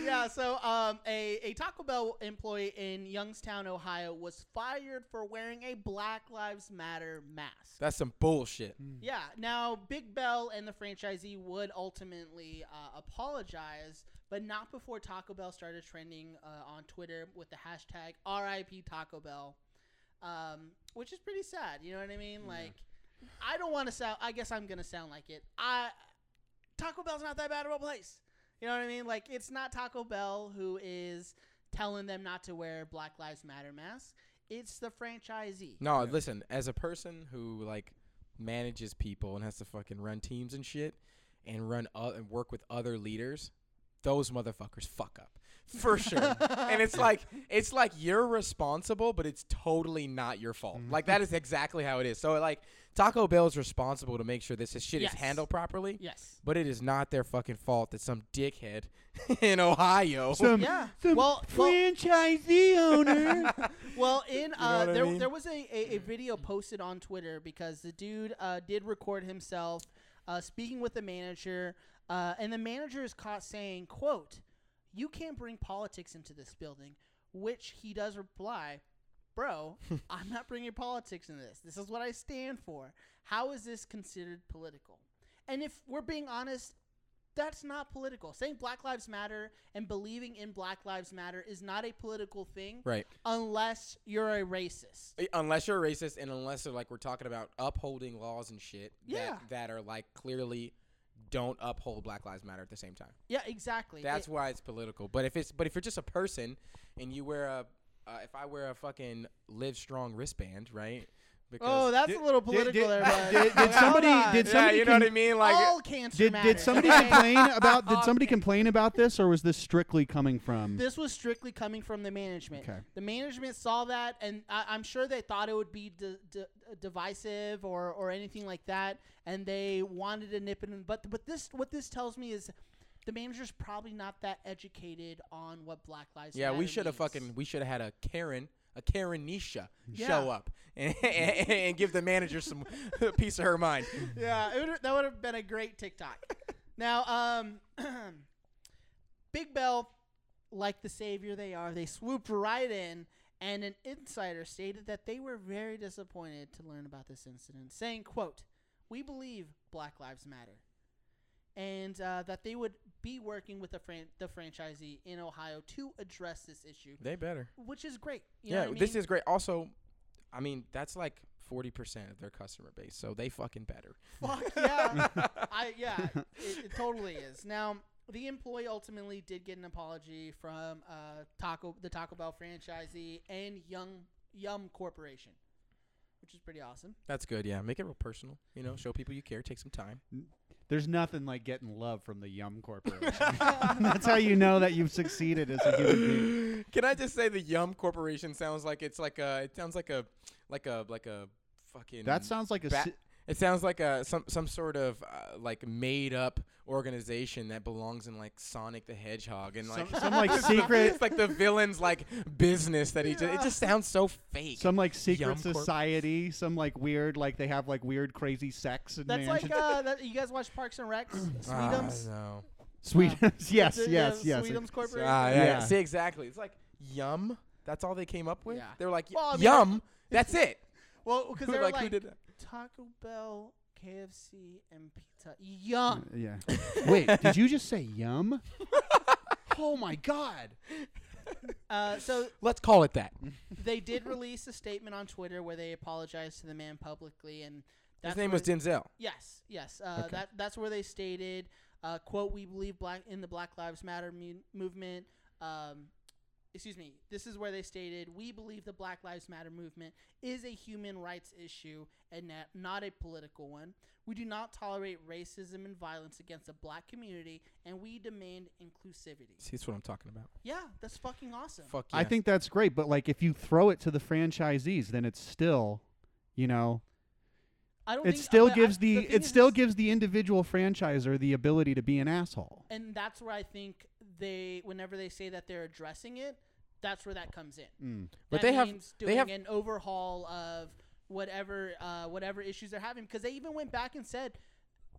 Speaker 1: yeah so um a, a taco bell employee in youngstown ohio was fired for wearing a black lives matter mask
Speaker 3: That's some bullshit.
Speaker 1: yeah now big bell and the franchisee would ultimately uh, apologize but not before taco bell started trending uh, on twitter with the hashtag rip taco bell um, which is pretty sad you know what i mean like i don't want to sound i guess i'm gonna sound like it i taco bell's not that bad of a place you know what i mean like it's not taco bell who is telling them not to wear black lives matter masks it's the franchisee
Speaker 3: No, listen. As a person who like manages people and has to fucking run teams and shit, and run o- and work with other leaders, those motherfuckers fuck up for sure. and it's like it's like you're responsible, but it's totally not your fault. Like that is exactly how it is. So like Taco Bell is responsible to make sure this shit
Speaker 1: Yes.
Speaker 3: is handled properly.
Speaker 1: yes
Speaker 3: But it is not their fucking fault that some dickhead in Ohio.
Speaker 2: Some,
Speaker 1: Yeah.
Speaker 2: some
Speaker 1: Well- well-
Speaker 2: franchisee owner.
Speaker 1: Well, in
Speaker 3: know
Speaker 1: uh,
Speaker 3: what I
Speaker 1: there,
Speaker 3: mean? Mm-hmm.
Speaker 1: there was a, a, a video posted on Twitter because the dude uh, did record himself uh, speaking with the manager, uh, and the manager is caught saying, "quote You can't bring politics into this building," which he does reply, bro, I'm not bringing politics into this. This is what I stand for. How is this considered political? And if we're being honest, that's not political. Saying Black Lives Matter and believing in Black Lives Matter is not a political thing
Speaker 3: Right.
Speaker 1: unless you're a racist.
Speaker 3: Uh, Unless you're a racist and unless they're like we're talking about upholding laws and shit
Speaker 1: Yeah.
Speaker 3: that, that are like clearly don't uphold Black Lives Matter at the same time.
Speaker 1: Yeah, exactly.
Speaker 3: That's
Speaker 1: It-
Speaker 3: why it's political. But if it's but if you're just a person and you wear a uh, if I wear a fucking live strong wristband, right?
Speaker 1: oh, that's
Speaker 2: Did-
Speaker 1: a little
Speaker 2: did- did-
Speaker 1: political there, bud.
Speaker 2: did- did
Speaker 1: Hold
Speaker 2: somebody-
Speaker 1: on.
Speaker 2: did somebody
Speaker 3: yeah, you know
Speaker 2: can-
Speaker 3: what I mean? Like uh,
Speaker 1: all cancer
Speaker 2: Did,
Speaker 1: matters.
Speaker 2: did somebody
Speaker 1: okay?
Speaker 2: complain about did somebody complain about this or was this strictly coming from
Speaker 1: This was strictly coming from the management.
Speaker 2: Okay.
Speaker 1: The management saw that, and I, I'm sure they thought it would be de- de- divisive or, or anything like that, and they wanted to nip it in. But but this what this tells me is, the manager's probably not that educated on what Black Lives.
Speaker 3: Yeah, we
Speaker 1: Matter
Speaker 3: should have
Speaker 1: means.
Speaker 3: fucking we should have had a Karen, a Karen Nisha
Speaker 1: Yeah.
Speaker 3: show up and, and, give the manager some piece of her mind.
Speaker 1: Yeah, it would that would have been a great TikTok. now, um, Big Bell, like the savior they are, they swooped right in, and an insider stated that they were very disappointed to learn about this incident, saying, "quote We believe Black Lives Matter." And uh, that they would be working with the, fran- the franchisee in Ohio to address this issue,
Speaker 3: They better.
Speaker 1: which is great. You know
Speaker 3: Yeah,
Speaker 1: what I
Speaker 3: this
Speaker 1: mean?
Speaker 3: is great. Also, I mean that's like forty percent of their customer base, so they fucking better.
Speaker 1: Fuck yeah. I yeah, it, it totally is. Now the employee ultimately did get an apology from uh, Taco the Taco Bell franchisee and Young Yum Corporation, which is pretty awesome.
Speaker 3: That's good. Yeah, make it real personal. You know, show people you care. Take some time.
Speaker 2: There's nothing like getting love from the Yum Corporation. That's how you know that you've succeeded as a human being.
Speaker 3: Can I just say the Yum Corporation sounds like it's like a it sounds like a like a like a fucking
Speaker 2: That sounds like a
Speaker 3: Ba-
Speaker 2: si-
Speaker 3: It sounds like a some some sort of uh, like made up organization that belongs in like Sonic the Hedgehog and like
Speaker 2: some, some like secret
Speaker 3: it's like the villain's like business that he just it just sounds so fake.
Speaker 2: some like
Speaker 3: Yum
Speaker 2: secret
Speaker 3: Corp.
Speaker 2: society, some like weird like they have like weird crazy sex and
Speaker 1: That's like
Speaker 2: mansions.
Speaker 1: uh, that, you guys watch Parks and Recs,
Speaker 3: Ah,
Speaker 1: Sweetums.
Speaker 3: no.
Speaker 2: Sweet. yes,
Speaker 1: The- the
Speaker 2: yes, yes.
Speaker 1: Sweetums Corporation.
Speaker 3: Ah, yeah, yeah.
Speaker 2: Yeah.
Speaker 3: See exactly. It's like Yum. That's all they came up with.
Speaker 1: Yeah.
Speaker 3: They were like
Speaker 1: Well, I mean,
Speaker 3: Yum. That's it.
Speaker 1: Well, because they're like,
Speaker 3: who did that?
Speaker 1: Taco Bell, KFC, and pizza. Yum.
Speaker 2: Yeah. Wait, did you just say yum? oh my god.
Speaker 1: Uh, so
Speaker 3: Let's call it that.
Speaker 1: they did release a statement on Twitter where they apologized to the man publicly, and that's
Speaker 3: His name
Speaker 1: where-
Speaker 3: was Denzel.
Speaker 1: Yes, yes. Uh,
Speaker 3: Okay.
Speaker 1: That that's where they stated, uh, "quote We believe black in the Black Lives Matter mu- movement." Um, excuse me. This is where they stated, "We believe the Black Lives Matter movement is a human rights issue and not, not a political one. We do not tolerate racism and violence against the black community, and we demand inclusivity."
Speaker 3: See, that's what I'm talking about.
Speaker 1: Yeah, that's fucking awesome.
Speaker 3: Fuck yeah.
Speaker 2: I think that's great, but like if you throw it to the franchisees, then it's still, you know,
Speaker 1: I don't.
Speaker 2: it
Speaker 1: think,
Speaker 2: still
Speaker 1: but I-
Speaker 2: gives the,
Speaker 1: thing
Speaker 2: it
Speaker 1: is,
Speaker 2: still
Speaker 1: is-
Speaker 2: gives the individual franchisor the ability to be an asshole.
Speaker 1: and that's where I think they, whenever they say that they're addressing it, that's where that comes in.
Speaker 3: Mm. But
Speaker 1: That
Speaker 3: they have-
Speaker 1: means
Speaker 3: they
Speaker 1: doing
Speaker 3: have-
Speaker 1: an overhaul of whatever uh, whatever issues they're having because they even went back and said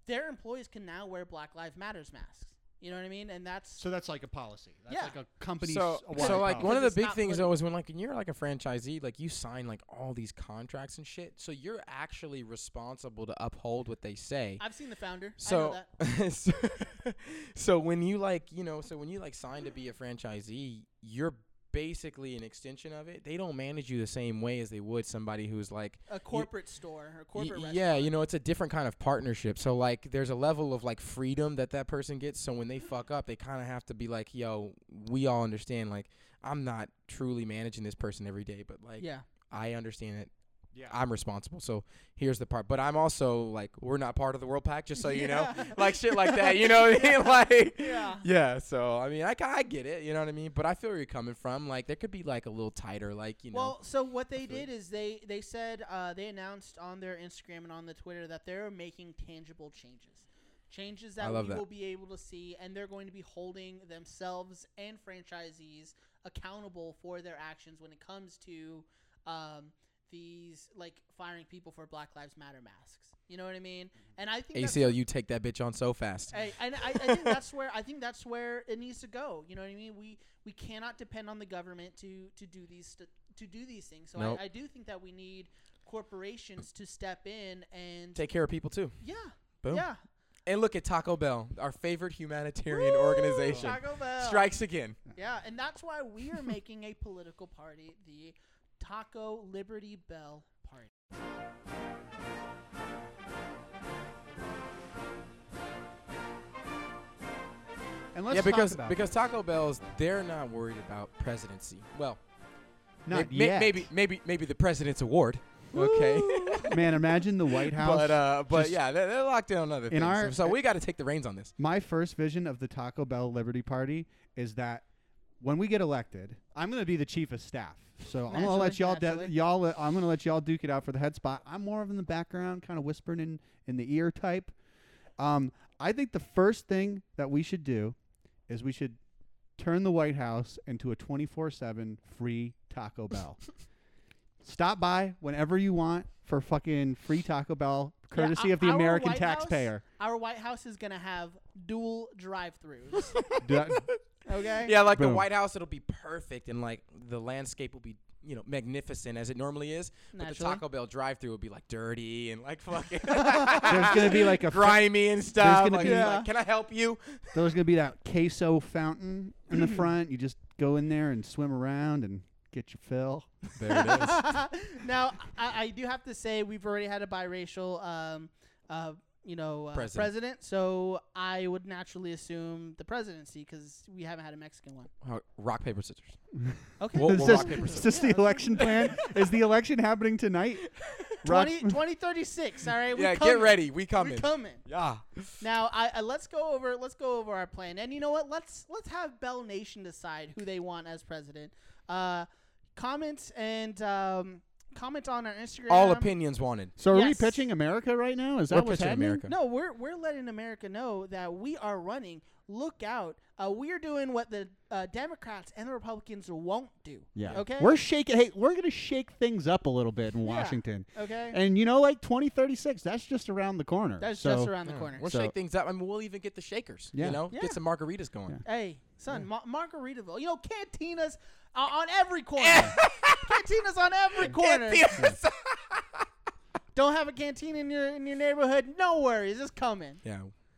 Speaker 1: their employees can now wear Black Lives Matters masks. You know what I mean? And that's
Speaker 2: So that's like a policy. That's
Speaker 1: Yeah.
Speaker 2: like a company.
Speaker 3: so,
Speaker 1: wide
Speaker 3: so like
Speaker 1: policy.
Speaker 3: one of the
Speaker 1: It's
Speaker 3: big
Speaker 1: not
Speaker 3: things
Speaker 1: political.
Speaker 3: though is when like when you're like a franchisee, like you sign like all these contracts and shit, so you're actually responsible to uphold what they say.
Speaker 1: I've seen the founder. I know
Speaker 3: so,
Speaker 1: that.
Speaker 3: so, so when you like you know, so when you like sign to be a franchisee, you're basically an extension of it. They don't manage you the same way as they would somebody who's like
Speaker 1: a corporate store or
Speaker 3: Y-
Speaker 1: corporate restaurant.
Speaker 3: yeah you know it's a different kind of partnership so like there's a level of like freedom that that person gets so when they
Speaker 1: Mm-hmm.
Speaker 3: fuck up they kind of have to be like yo we all understand like i'm not truly managing this person every day but like
Speaker 1: yeah.
Speaker 3: i understand it
Speaker 2: yeah.
Speaker 3: i'm responsible so here's the part but i'm also like we're not part of the world pack just so you know
Speaker 1: Yeah.
Speaker 3: like shit like that you know what i mean like
Speaker 1: Yeah.
Speaker 3: yeah so i mean I, ca- I get it you know what i mean but i feel where you're coming from like there could be like a little tighter like you know
Speaker 1: Well, so what they
Speaker 3: feel like-
Speaker 1: did is they they said uh, they announced on their Instagram and on the Twitter that they're making tangible changes, changes
Speaker 3: I
Speaker 1: that we
Speaker 3: love that.
Speaker 1: will be able to see, and they're going to be holding themselves and franchisees accountable for their actions when it comes to um, these like firing people for Black Lives Matter masks. You know what I mean? And I think that's-
Speaker 3: acl Mm-hmm. you take that bitch on so fast
Speaker 1: Hey, and I, I think that's where I think that's where it needs to go. You know what I mean? We we cannot depend on the government to to do these st- to do these things. So
Speaker 3: Nope.
Speaker 1: I, I do think that we need corporations to step in and
Speaker 3: Take care of people too.
Speaker 1: yeah,
Speaker 3: Boom.
Speaker 1: yeah,
Speaker 3: And look at Taco Bell, our favorite humanitarian
Speaker 1: Woo!
Speaker 3: organization.
Speaker 1: Taco Bell.
Speaker 3: Strikes again.
Speaker 1: Yeah, and that's why we are making a political party, the Taco Liberty Bell Party.
Speaker 2: And let's
Speaker 3: yeah, because
Speaker 2: talk about
Speaker 3: because Taco Bell's they're not worried about presidency. Well,
Speaker 2: it. not
Speaker 3: may- may-
Speaker 2: yet.
Speaker 3: maybe maybe maybe the president's award. Okay.
Speaker 2: man. Imagine the White House.
Speaker 3: but uh, but
Speaker 2: just-
Speaker 3: yeah, they're, they're locked down on other
Speaker 2: In
Speaker 3: things.
Speaker 2: our- eh
Speaker 3: so we got to take the reins on this.
Speaker 2: My first vision of the Taco Bell Liberty Party is that when we get elected, I'm going to be the chief of staff. So I'm going
Speaker 1: Naturally,
Speaker 2: to let y'all de-
Speaker 1: naturally.
Speaker 2: y'all uh, I'm going to let y'all duke it out for the head spot. I'm more of in the background, kind of whispering in in the ear type. Um, I think the first thing that we should do is we should turn the White House into a 24/7 free Taco Bell. Stop by whenever you want for fucking free Taco Bell, courtesy
Speaker 1: our-
Speaker 2: of the
Speaker 1: our
Speaker 2: American
Speaker 1: White House-
Speaker 2: taxpayer.
Speaker 1: Our White House is gonna have dual drive-throughs.
Speaker 2: Do I-
Speaker 1: Okay.
Speaker 3: Yeah, like the
Speaker 2: Boom.
Speaker 3: White House, it'll be perfect, and like the landscape will be you know magnificent as it normally is. But
Speaker 1: Naturally.
Speaker 3: the Taco Bell drive-through will be like dirty and like fucking.
Speaker 2: There's gonna be, like, a fr-
Speaker 3: grimy and stuff.
Speaker 2: gonna
Speaker 3: like,
Speaker 2: be-
Speaker 3: like, can I help you?
Speaker 2: There's gonna be that queso fountain in the
Speaker 1: Mm.
Speaker 2: front. You just go in there and swim around and get your fill.
Speaker 3: There it is.
Speaker 1: now I, I do have to say we've already had a biracial, um, uh, you know, uh,
Speaker 3: President.
Speaker 1: president. So I would naturally assume the presidency because we haven't had a Mexican one.
Speaker 3: Oh, rock paper scissors.
Speaker 1: Okay.
Speaker 3: Well,
Speaker 2: is
Speaker 3: we'll
Speaker 2: this,
Speaker 3: rock, paper,
Speaker 2: is
Speaker 3: scissors.
Speaker 2: this the election plan? is the election happening tonight? Rock-
Speaker 1: 20, 2036. All right. We
Speaker 3: yeah,
Speaker 1: coming.
Speaker 3: get ready. We
Speaker 1: We
Speaker 3: coming.
Speaker 1: coming.
Speaker 3: yeah.
Speaker 1: Now, I, I let's go over let's go over our plan. And you know what? Let's let's have Bell Nation decide who they want as president. Uh, comments and um, comment on our Instagram.
Speaker 3: All opinions wanted.
Speaker 2: so are
Speaker 1: Yes.
Speaker 2: we pitching America right now? Is that
Speaker 3: We're
Speaker 2: what's
Speaker 3: pitching
Speaker 2: happening?
Speaker 3: America.
Speaker 1: No, we're we're letting America know that we are running. Look out! Uh, we're doing what the uh, Democrats and the Republicans won't do.
Speaker 2: Yeah.
Speaker 1: Okay.
Speaker 2: We're shaking. Hey, we're gonna shake things up a little bit in
Speaker 1: Yeah.
Speaker 2: Washington.
Speaker 1: okay.
Speaker 2: And you know, like 2036, that's just around the corner.
Speaker 1: That's
Speaker 2: So-
Speaker 1: just around the
Speaker 3: Yeah,
Speaker 1: corner.
Speaker 3: We'll
Speaker 2: So-
Speaker 3: shake things up. I mean, we'll even get the shakers.
Speaker 2: Yeah.
Speaker 3: You know,
Speaker 1: Yeah.
Speaker 3: get some margaritas going.
Speaker 1: Hey, son, Ma- Margaritaville. You know, cantinas uh, on every corner. cantinas on every corner.
Speaker 3: Yeah.
Speaker 1: Don't have a canteen in your in your neighborhood? No worries, it's coming.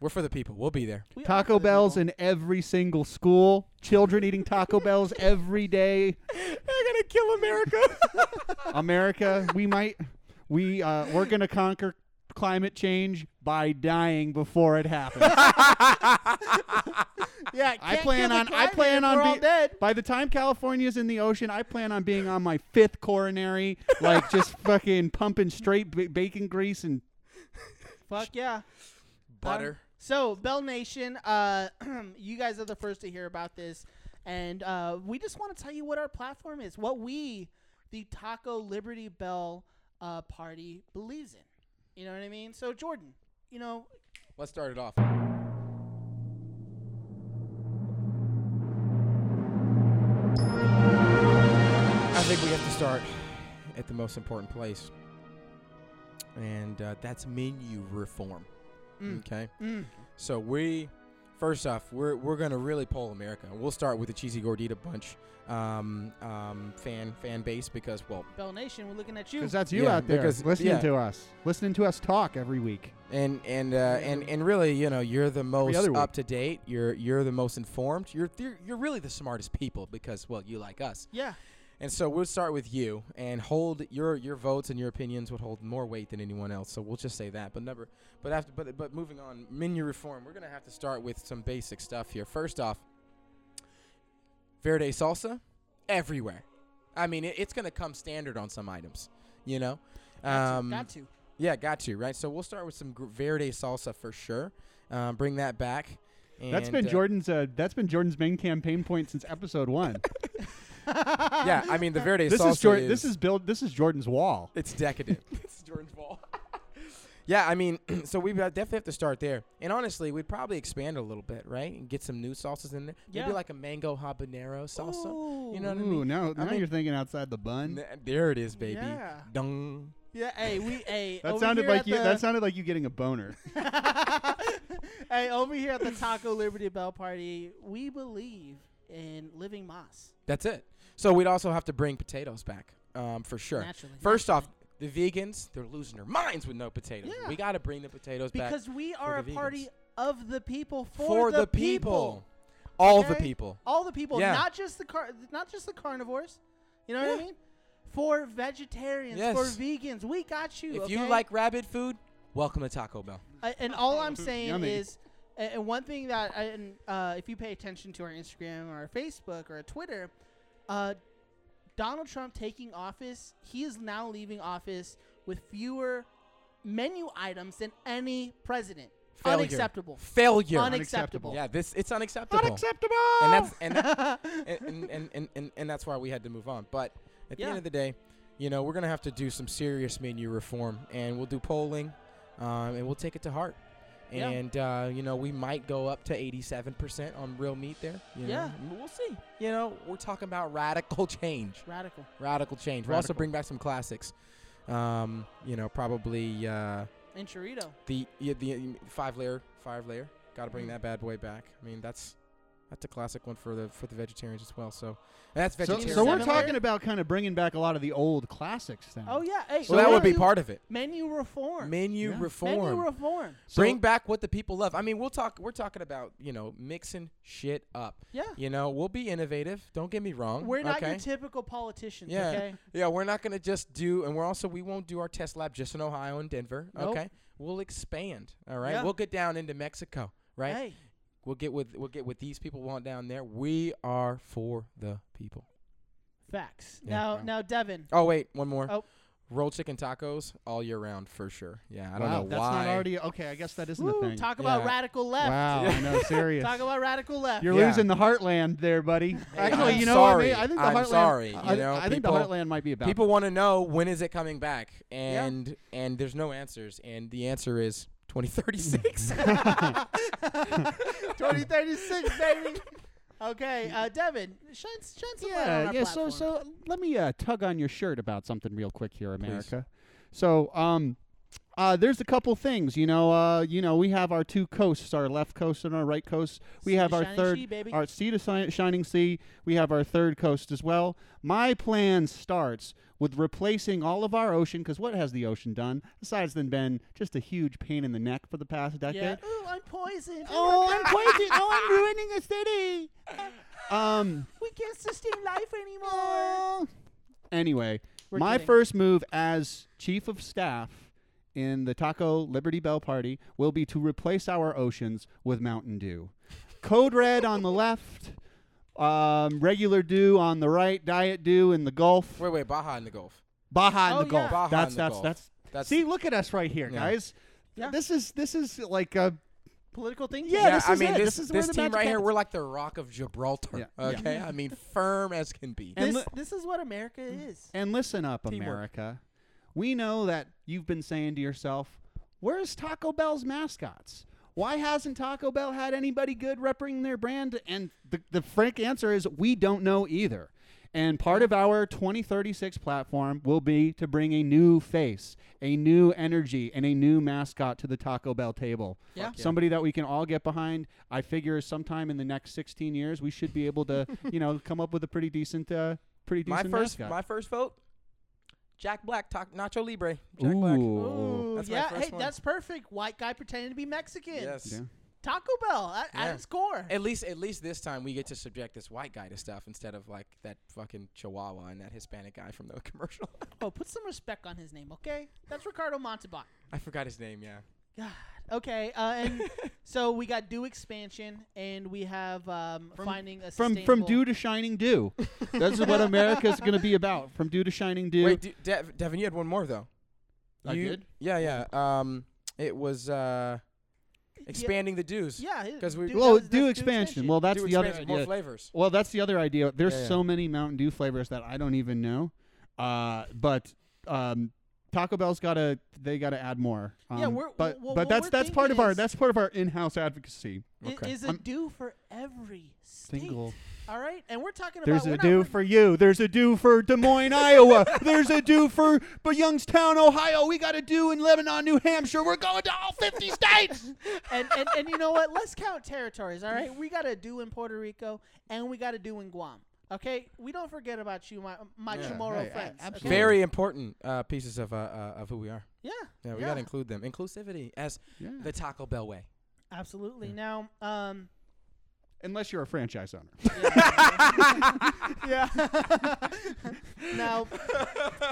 Speaker 3: We're for the people. We'll be there.
Speaker 1: We are
Speaker 2: Taco
Speaker 1: for the
Speaker 2: Bell's
Speaker 1: people.
Speaker 2: in every single school. Children eating Taco Bell's every day.
Speaker 3: They're gonna kill America.
Speaker 2: America, we might we uh, we're gonna conquer climate change by dying before it happens.
Speaker 1: yeah.
Speaker 2: I
Speaker 1: can't
Speaker 2: plan
Speaker 1: kill the
Speaker 2: on I
Speaker 1: climate
Speaker 2: plan
Speaker 1: if we're
Speaker 2: on
Speaker 1: all
Speaker 2: be-
Speaker 1: dead.
Speaker 2: by the time California's in the ocean, I plan on being on my fifth coronary, like just fucking pumping straight ba- bacon grease and
Speaker 1: Fuck yeah.
Speaker 3: Butter.
Speaker 1: So, Bell Nation, uh, you guys are the first to hear about this. And uh, we just want to tell you what our platform is, what we, the Taco Liberty Bell uh, Party, believes in. You know what I mean? So, Jordan, you know,
Speaker 3: Let's start it off. I think we have to start at the most important place, and uh, that's menu reform.
Speaker 1: Mm.
Speaker 3: Okay.
Speaker 1: mm,
Speaker 3: So we, first off, we're we're gonna really poll America. We'll start with the cheesy gordita bunch um, um, fan fan base because well,
Speaker 1: Bell Nation, we're looking at you.
Speaker 2: because that's you
Speaker 3: Yeah,
Speaker 2: out there
Speaker 3: because-
Speaker 2: listening
Speaker 3: yeah.
Speaker 2: to us, listening to us talk every week.
Speaker 3: and and uh, and and really, you know, you're the most
Speaker 2: other week.
Speaker 3: up to date. You're you're the most informed. You're, you're you're really the smartest people because well, you like us.
Speaker 1: yeah.
Speaker 3: And so we'll start with you and hold your your votes and your opinions would hold more weight than anyone else. So we'll just say that. But never but after but but moving on, menu reform, we're gonna have to start with some basic stuff here. First off, Verde salsa everywhere. I mean it, it's gonna come standard on some items, you know? Um,
Speaker 1: Got
Speaker 2: Um,
Speaker 1: to. got to.
Speaker 3: Yeah, got to, right? So we'll start with some gr- Verde salsa for sure. Um, bring that back. And
Speaker 2: That's been
Speaker 3: uh,
Speaker 2: Jordan's. Uh, that's been Jordan's main campaign point since episode one.
Speaker 3: Yeah, I mean the Verde
Speaker 2: this
Speaker 3: salsa
Speaker 2: is Jordan. This is build. This is Jordan's wall.
Speaker 3: It's decadent. it's Jordan's ball. yeah, I mean, so we uh, definitely have to start there. And honestly, we'd probably expand a little bit, right? And get some new salsas in there.
Speaker 1: Yeah.
Speaker 3: Maybe like a mango habanero salsa. You know what I
Speaker 2: Ooh,
Speaker 3: mean?
Speaker 2: now, now
Speaker 3: mean-
Speaker 2: you're thinking outside the bun.
Speaker 3: N- there it is, baby.
Speaker 1: Yeah.
Speaker 3: Dung.
Speaker 1: Yeah, hey, we, hey.
Speaker 2: That
Speaker 1: over
Speaker 2: sounded
Speaker 1: here
Speaker 2: like
Speaker 1: at
Speaker 2: you.
Speaker 1: the-
Speaker 2: That sounded like you getting a boner.
Speaker 1: hey, over here at the Taco Liberty Bell Party, we believe in living moss.
Speaker 3: That's it. So we'd also have to bring potatoes back, um, for sure.
Speaker 1: Naturally.
Speaker 3: First off, the vegans, they're losing their minds with no potatoes.
Speaker 1: Yeah.
Speaker 3: We got to bring the potatoes back
Speaker 1: because we are a
Speaker 3: the
Speaker 1: party
Speaker 3: vegans.
Speaker 1: of the people for,
Speaker 3: for the people. All the
Speaker 1: okay?
Speaker 3: people.
Speaker 1: all the people,
Speaker 3: Yeah.
Speaker 1: not just the car, not just the carnivores. You know what I mean? For vegetarians, for
Speaker 3: Yes.
Speaker 1: vegans, we got you.
Speaker 3: If you
Speaker 1: okay?
Speaker 3: like rabbit food, welcome to Taco Bell.
Speaker 1: I, and all I'm saying
Speaker 2: Yummy.
Speaker 1: is, a- and one thing that, I, and uh, if you pay attention to our Instagram or our Facebook or our Twitter, uh, Donald Trump taking office, he is now leaving office with fewer menu items than any president.
Speaker 3: Failure.
Speaker 1: Unacceptable.
Speaker 3: Failure.
Speaker 1: Unacceptable.
Speaker 3: yeah, this it's unacceptable.
Speaker 2: Unacceptable.
Speaker 3: And that's and, and, and, and, and, and, and that's why we had to move on. But at the
Speaker 1: Yeah.
Speaker 3: end of the day, you know, we're gonna have to do some serious menu reform, and we'll do polling, um, and we'll take it to heart.
Speaker 1: Yeah.
Speaker 3: And uh, you know, we might go up to 87% on real meat there. you know.
Speaker 1: Yeah.
Speaker 3: we'll see. You know, we're talking about radical change.
Speaker 1: Radical.
Speaker 3: Radical change. We'll also
Speaker 2: Radical.
Speaker 3: bring back some classics. Um, you know, probably uh,
Speaker 1: And Chorito.
Speaker 3: the yeah, the um, five layer, five layer. Got to bring
Speaker 1: Mhm.
Speaker 3: that bad boy back. I mean, that's that's a classic one for the for the vegetarians as well. So and that's
Speaker 2: So,
Speaker 3: vegetarian.
Speaker 2: so we're
Speaker 1: Vegetarian.
Speaker 2: talking about kind of bringing back a lot of the old classics then.
Speaker 1: Oh, yeah. Hey,
Speaker 3: well, that would be
Speaker 1: menu-
Speaker 3: part of it.
Speaker 1: Menu reform.
Speaker 3: Menu
Speaker 2: Yeah.
Speaker 3: reform.
Speaker 1: Menu reform.
Speaker 2: So-
Speaker 3: bring back what the people love. I mean, we'll talk. We're talking about you know mixing shit up.
Speaker 1: Yeah.
Speaker 3: You know, we'll be innovative. Don't get me wrong.
Speaker 1: We're not
Speaker 3: okay?
Speaker 1: your typical politicians,
Speaker 3: Yeah.
Speaker 1: okay?
Speaker 3: Yeah, we're not gonna just do, and we're also we won't do our test lab just in Ohio and Denver.
Speaker 1: Nope.
Speaker 3: Okay, we'll expand. All right,
Speaker 1: Yeah.
Speaker 3: we'll get down into Mexico. Right,
Speaker 1: Hey,
Speaker 3: we'll get with we'll get with these people we want down there. We are for the people.
Speaker 1: facts.
Speaker 3: Yeah.
Speaker 1: now,
Speaker 3: Wow.
Speaker 1: now, Devin.
Speaker 3: Oh wait, one more.
Speaker 1: Oh.
Speaker 3: Rolled chicken tacos all year round for sure. Yeah, I don't
Speaker 2: wow,
Speaker 3: know
Speaker 2: that's
Speaker 3: why.
Speaker 2: not already okay. I guess that isn't
Speaker 1: Woo,
Speaker 2: a thing.
Speaker 1: talk about
Speaker 3: Yeah.
Speaker 1: radical left.
Speaker 2: wow, I know. Serious.
Speaker 1: Talk about radical left.
Speaker 2: You're
Speaker 3: Yeah.
Speaker 2: losing the heartland there, buddy. Actually,
Speaker 3: I'm
Speaker 2: you know
Speaker 3: sorry.
Speaker 2: what? I, mean? I think the
Speaker 3: I'm
Speaker 2: heartland.
Speaker 3: sorry,
Speaker 2: I,
Speaker 3: you know,
Speaker 2: I think
Speaker 3: people-
Speaker 2: the heartland might be about.
Speaker 3: People want to know when is it coming back, and and there's no answers, and the answer is 2036.
Speaker 1: 2036, baby. Okay, uh, Devin, shine, shine some light on
Speaker 2: yeah,
Speaker 1: our
Speaker 2: yeah. So,
Speaker 1: platform.
Speaker 2: so let me uh, tug on your shirt about something real quick here, America. So, um, uh, there's a couple things. You know, uh, you know, we have our two coasts, our left coast and our right coast. We
Speaker 1: Sea
Speaker 2: have
Speaker 1: to
Speaker 2: our
Speaker 1: shining
Speaker 2: third,
Speaker 1: sea, baby.
Speaker 2: our sea to si- shining sea. We have our third coast as well. My plan starts with replacing all of our ocean because what has the ocean done besides than been just a huge pain in the neck for the past decade?
Speaker 1: yeah. Ooh, I'm poisoned.
Speaker 2: Oh, I'm poison. oh, I'm ruining the city. Um.
Speaker 1: we can't sustain life anymore.
Speaker 2: Oh. Anyway,
Speaker 1: We're
Speaker 2: my
Speaker 1: kidding.
Speaker 2: first move as chief of staff in the Taco Liberty Bell Party will be to replace our oceans with Mountain Dew. Code Red on the left, um, regular Dew on the right, Diet Dew in the Gulf,
Speaker 3: wait, wait, Baja in the Gulf.
Speaker 2: Baja in
Speaker 1: Oh,
Speaker 2: the Gulf.
Speaker 1: yeah.
Speaker 3: Baja
Speaker 2: that's
Speaker 3: in the
Speaker 2: that's
Speaker 3: Gulf.
Speaker 2: that's.
Speaker 3: That's
Speaker 2: See, look at us right here,
Speaker 3: Yeah.
Speaker 2: guys.
Speaker 1: Yeah.
Speaker 2: This is this is like a
Speaker 1: Political thing.
Speaker 2: Yeah, this
Speaker 3: I
Speaker 2: is
Speaker 3: mean
Speaker 2: it.
Speaker 3: this
Speaker 2: This is where the
Speaker 3: team
Speaker 2: magic
Speaker 3: right here.
Speaker 2: happens.
Speaker 3: We're like the Rock of Gibraltar.
Speaker 2: Yeah. Yeah.
Speaker 3: Okay, I mean firm as can be.
Speaker 2: and
Speaker 1: This,
Speaker 2: li-
Speaker 1: this is what America is.
Speaker 2: And listen up,
Speaker 3: Teamwork.
Speaker 2: America. We know that you've been saying to yourself, where's Taco Bell's mascots? Why hasn't Taco Bell had anybody good repping their brand? And the, the frank answer is we don't know either. And part of our 2036 platform will be to bring a new face, a new energy, and a new mascot to the Taco Bell table.
Speaker 1: Yeah.
Speaker 3: Fuck yeah.
Speaker 2: Somebody that we can all get behind. I figure sometime in the next 16 years, we should be able to, you know, come up with a pretty decent, uh, pretty
Speaker 3: my
Speaker 2: decent
Speaker 3: first,
Speaker 2: mascot.
Speaker 3: my first vote. Jack Black, ta- Nacho Libre. Jack Black.
Speaker 2: Ooh.
Speaker 1: Ooh,
Speaker 3: That's my
Speaker 1: yeah,
Speaker 3: first
Speaker 1: hey,
Speaker 3: one.
Speaker 1: that's perfect. White guy pretending to be Mexican.
Speaker 3: Yes.
Speaker 2: Yeah.
Speaker 1: Taco Bell at,
Speaker 3: Yeah.
Speaker 1: at its core.
Speaker 3: At least, at least this time we get to subject this white guy to stuff instead of like that fucking Chihuahua and that Hispanic guy from the commercial.
Speaker 1: oh, put some respect on his name, okay? That's Ricardo Montalban.
Speaker 3: I forgot his name. Yeah.
Speaker 1: God. Okay. Uh, and so we got due expansion, and we have um, finding a
Speaker 2: From from
Speaker 1: sustainable-
Speaker 2: dew to shining dew. That's what America's going to be about. From dew to shining dew.
Speaker 3: Wait, do, Dev, Devin, you had one more though.
Speaker 2: I
Speaker 3: You-
Speaker 2: did?
Speaker 3: Yeah, yeah. Um, it was uh,
Speaker 1: Yeah,
Speaker 3: expanding the dues.
Speaker 1: Yeah, it-
Speaker 3: 'cause we-
Speaker 1: dew-
Speaker 2: well,
Speaker 1: that was-
Speaker 2: dew
Speaker 1: that's
Speaker 2: expansion. Well, that's
Speaker 3: Dew
Speaker 2: the other
Speaker 3: expansion, more
Speaker 2: idea.
Speaker 3: flavors.
Speaker 2: Well, that's the other idea. There's
Speaker 3: Yeah, yeah.
Speaker 2: so many Mountain Dew flavors that I don't even know. Uh, but um, Taco Bell's got to they got to add more. Um,
Speaker 1: Yeah, we're-
Speaker 2: but
Speaker 1: well,
Speaker 2: but
Speaker 1: what
Speaker 2: that's
Speaker 1: we're
Speaker 2: that's part of our
Speaker 1: thinking is-
Speaker 2: that's part of our in-house advocacy.
Speaker 1: It
Speaker 3: Okay.
Speaker 1: is a
Speaker 2: I'm-
Speaker 1: dew for every state.
Speaker 2: Single.
Speaker 1: All right, and we're talking
Speaker 2: There's
Speaker 1: about we're
Speaker 2: a
Speaker 1: not
Speaker 2: do
Speaker 1: re-
Speaker 2: for you. There's a do for Des Moines, Iowa. There's a do for but Youngstown, Ohio. We got a do in Lebanon, New Hampshire. We're going to all 50 states.
Speaker 1: and, and and you know what? Let's count territories. All right, we got a do in Puerto Rico, and we got a do in Guam. Okay, we don't forget about you, my my
Speaker 2: Yeah,
Speaker 1: tomorrow
Speaker 2: right, a-
Speaker 1: friends. okay?
Speaker 2: absolutely.
Speaker 3: Very important uh, pieces of uh, uh, of who we are.
Speaker 1: Yeah,
Speaker 3: Yeah, we
Speaker 1: Yeah.
Speaker 3: gotta include them. Inclusivity as
Speaker 2: Yeah.
Speaker 3: the Taco Bell way.
Speaker 1: absolutely.
Speaker 3: Yeah.
Speaker 1: Now, um,
Speaker 2: Unless you're a franchise owner.
Speaker 1: yeah. now,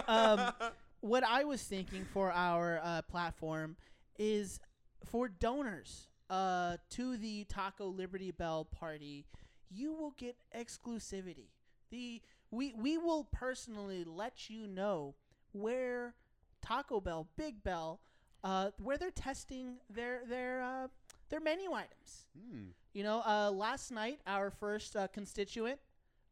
Speaker 1: um, what I was thinking for our uh, platform is for donors uh, to the Taco Liberty Bell party, you will get exclusivity. The we we will personally let you know where Taco Bell, Big Bell, uh, where they're testing their their uh, their menu items.
Speaker 2: Hmm.
Speaker 1: You know, uh, last night our first uh, constituent,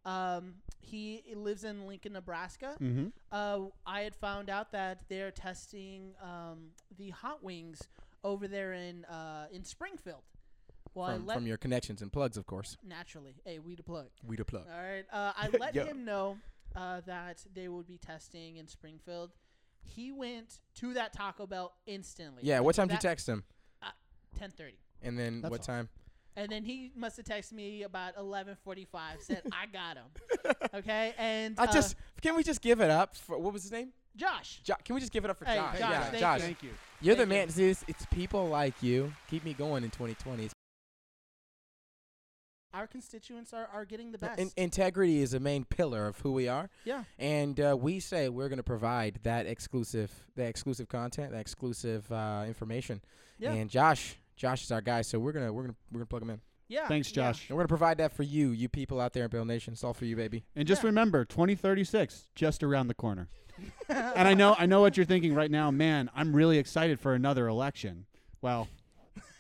Speaker 1: um, he lives in Lincoln, Nebraska.
Speaker 2: Mm-hmm.
Speaker 1: Uh, I had found out that they're testing um, the hot wings over there in uh, in Springfield. Well, I
Speaker 3: from,
Speaker 1: let
Speaker 3: from your connections and plugs, of course.
Speaker 1: naturally, hey, we deploy.
Speaker 3: We to plug.
Speaker 1: All right, uh, I let
Speaker 3: Yeah.
Speaker 1: him know uh, that they would be testing in Springfield. He went to that Taco Bell instantly.
Speaker 3: Yeah. What time did
Speaker 1: that,
Speaker 3: you text him?
Speaker 1: Ten thirty.
Speaker 3: And then
Speaker 2: That's
Speaker 3: what
Speaker 2: all.
Speaker 3: time?
Speaker 1: And then he must have texted me about eleven forty-five. Said I got him. Okay, and
Speaker 3: I
Speaker 1: uh,
Speaker 3: just can we just give it up for what was his name?
Speaker 1: Josh.
Speaker 3: Jo- can we just give it up for
Speaker 1: Hey,
Speaker 3: Josh?
Speaker 1: Josh,
Speaker 3: yeah,
Speaker 1: thank
Speaker 3: Josh.
Speaker 2: Thank you.
Speaker 3: You're the
Speaker 1: Thank
Speaker 3: man.
Speaker 1: you.
Speaker 3: See, It's, it's people like you keep me going in 2020. It's-
Speaker 1: Our constituents are, are getting the best.
Speaker 3: in- integrity is a main pillar of who we are,
Speaker 1: yeah.
Speaker 3: and uh, we say we're going to provide that exclusive, that exclusive content, that exclusive uh, information.
Speaker 1: Yeah.
Speaker 3: And Josh, Josh is our guy, so we're gonna we're gonna we're gonna plug him in.
Speaker 1: Yeah.
Speaker 2: Thanks,
Speaker 1: yeah.
Speaker 2: Josh.
Speaker 3: And we're gonna provide that for you, you people out there in Bill Nation. It's all for you, baby.
Speaker 2: And just
Speaker 1: Yeah.
Speaker 2: remember, 2036 just around the corner. and I know, I know what you're thinking right now, man. I'm really excited for another election. Well,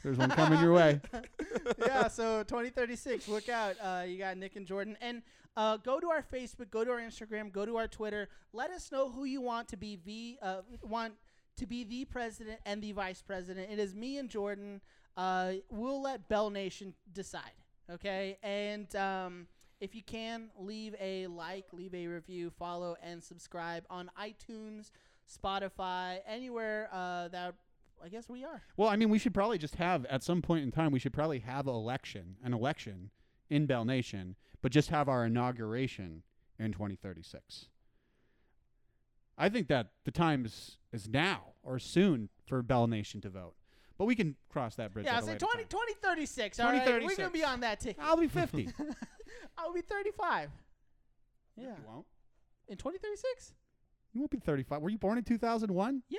Speaker 2: there's one coming your way.
Speaker 1: yeah, so 2036, look out. Uh, you got Nick and Jordan. And uh, go to our Facebook, go to our Instagram, go to our Twitter. Let us know who you want to be the uh, want to be the president and the vice president. It is me and Jordan. Uh, we'll let Bell Nation decide. Okay, and um, if you can, leave a like, leave a review, follow, and subscribe on iTunes, Spotify, anywhere uh, that I guess we are.
Speaker 2: Well, I mean, we should probably just have at some point in time, we should probably have an election, an election in Bell Nation, but just have our inauguration in 2036. I think that the time is is now or soon for Bell Nation to vote, but we can cross that bridge.
Speaker 1: Yeah,
Speaker 2: at
Speaker 1: I'll
Speaker 2: a
Speaker 1: say
Speaker 2: later
Speaker 1: 20,
Speaker 2: time.
Speaker 1: 2036. All right, we're gonna
Speaker 2: 2036.
Speaker 1: be on that ticket.
Speaker 2: I'll be 50.
Speaker 1: I'll be thirty-five. Yeah,
Speaker 2: You won't.
Speaker 1: in twenty thirty-six.
Speaker 2: You won't be 35. Were you born in 2001?
Speaker 1: Yeah.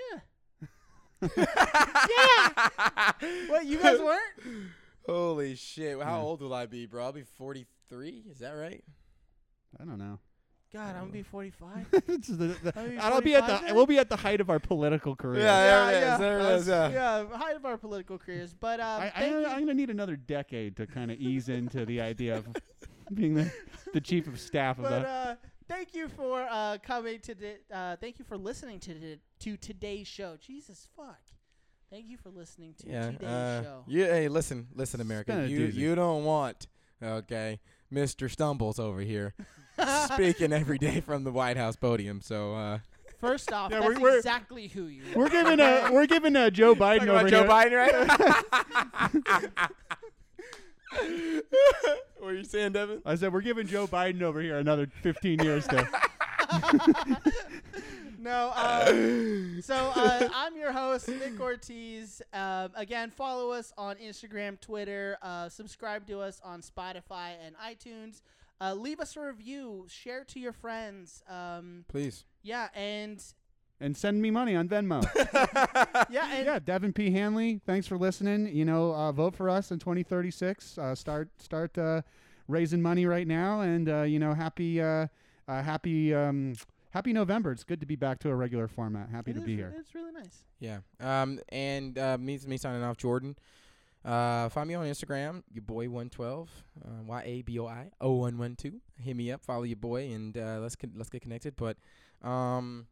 Speaker 3: What
Speaker 1: You guys weren't?
Speaker 3: Holy shit! How
Speaker 2: Yeah.
Speaker 3: old will I be, bro? I'll be 43. Is that right?
Speaker 2: I don't know.
Speaker 1: God, I'm gonna be forty-five.
Speaker 2: It's the- the-
Speaker 1: Are you
Speaker 2: I'll be at
Speaker 1: 45
Speaker 2: the
Speaker 1: then?
Speaker 2: we'll be at the height of our political career.
Speaker 3: Yeah, there it is, there it is,
Speaker 1: that's-
Speaker 3: yeah.
Speaker 1: yeah, height of our political careers. But um,
Speaker 2: I, I,
Speaker 1: thank you.
Speaker 2: I'm gonna need another decade to kind of ease into the idea of being the, the chief of staff of
Speaker 1: but
Speaker 2: the.
Speaker 1: uh, thank you for uh, coming to the, uh, thank you for listening to the, to today's show. Jesus fuck. Thank you for listening to
Speaker 3: Yeah.
Speaker 1: today's
Speaker 3: uh,
Speaker 1: show.
Speaker 3: you- hey, listen, listen, America.
Speaker 2: been a
Speaker 3: You
Speaker 2: doozy.
Speaker 3: you don't want okay, Mister Stumbles over here speaking every day from the White House podium. So uh,
Speaker 1: First off,
Speaker 2: Yeah,
Speaker 1: that's
Speaker 2: we're- we're-
Speaker 1: exactly who you are.
Speaker 2: we're giving a we're giving a Joe Biden
Speaker 3: talking
Speaker 2: over
Speaker 3: about Joe
Speaker 2: here.
Speaker 3: Biden, right? what are you saying, Devin?
Speaker 2: I said we're giving Joe Biden over here another 15 years to.
Speaker 1: No. Uh, so uh, I'm your host, Nick Ortiz. Um, again, follow us on Instagram, Twitter. Uh, subscribe to us on Spotify and iTunes. Uh, leave us a review. Share to your friends. Um,
Speaker 3: Please.
Speaker 1: yeah, and
Speaker 2: and send me money on Venmo.
Speaker 1: yeah, and
Speaker 2: yeah, Devin P. Hanley, thanks for listening. You know, uh, vote for us in 2036. Uh, start start uh, raising money right now, and uh, you know, happy uh, uh, happy um, happy November. It's good to be back to a regular format. Happy
Speaker 1: it
Speaker 2: to
Speaker 1: is-
Speaker 2: be here.
Speaker 1: It's really nice.
Speaker 3: Yeah. Um, and uh, me, me signing off, Jordan. Uh, find me on Instagram, your boy one twelve, uh, y a b o i o one one two. Hit me up, follow your boy, and uh, let's con- let's get connected. But, um,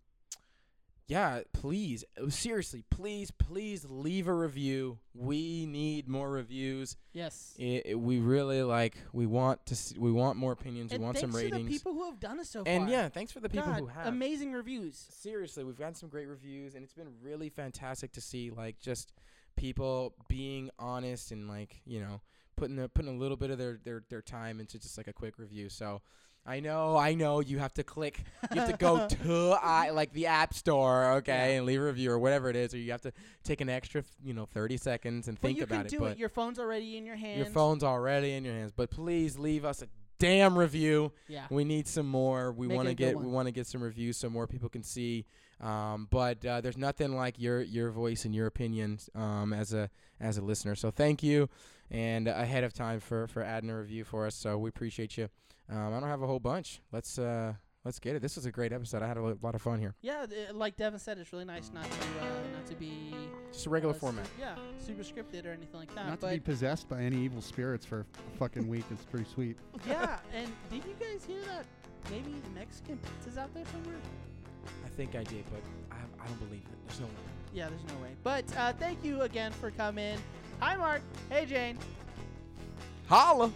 Speaker 3: yeah, please, oh, seriously, please, please leave a review. We need more reviews.
Speaker 1: Yes.
Speaker 3: It, it- we really like. We want to. See, we want more opinions.
Speaker 1: and
Speaker 3: we want
Speaker 1: thanks
Speaker 3: some
Speaker 1: to the
Speaker 3: ratings.
Speaker 1: people who have done us so far.
Speaker 3: and yeah, thanks for the people
Speaker 1: God,
Speaker 3: who have
Speaker 1: amazing reviews.
Speaker 3: seriously, we've gotten some great reviews, and it's been really fantastic to see like just people being honest and like you know putting a, putting a little bit of their, their their time into just like a quick review. So I know, I know. You have to click. You have to go to I, like the app store, okay,
Speaker 1: Yeah.
Speaker 3: and leave a review or whatever it is, or you have to take an extra, you know, thirty seconds and
Speaker 1: But
Speaker 3: think
Speaker 1: you
Speaker 3: about
Speaker 1: can do
Speaker 3: but
Speaker 1: it. Your phone's already in your hand.
Speaker 3: your phone's already in your hands. But please leave us a damn review.
Speaker 1: Yeah.
Speaker 3: We need some more. We
Speaker 1: Make
Speaker 3: want
Speaker 1: it
Speaker 3: to
Speaker 1: a good
Speaker 3: get we
Speaker 1: one.
Speaker 3: want to get some reviews so more people can see. Um, but uh, there's nothing like your your voice and your opinions um, as a as a listener. So thank you, and ahead of time for for adding a review for us. So we appreciate you. Um, I don't have a whole bunch. Let's uh, let's get it. This was a great episode. I had a lo- lot of fun here.
Speaker 1: Yeah. th- like Devin said, it's really nice not to uh, not to be
Speaker 3: Just a regular
Speaker 1: uh, su-
Speaker 3: format.
Speaker 1: Yeah, super scripted or anything like that.
Speaker 2: Not to
Speaker 1: but
Speaker 2: be possessed by any evil spirits for a fucking week is pretty sweet.
Speaker 1: yeah, and did you guys hear that? Maybe Mexican pizza's out there somewhere.
Speaker 3: I think I did, but I, I don't believe it. There's no way.
Speaker 1: Yeah, there's no way. But uh, thank you again for coming. Hi, Mark. Hey, Jane.
Speaker 3: Holla.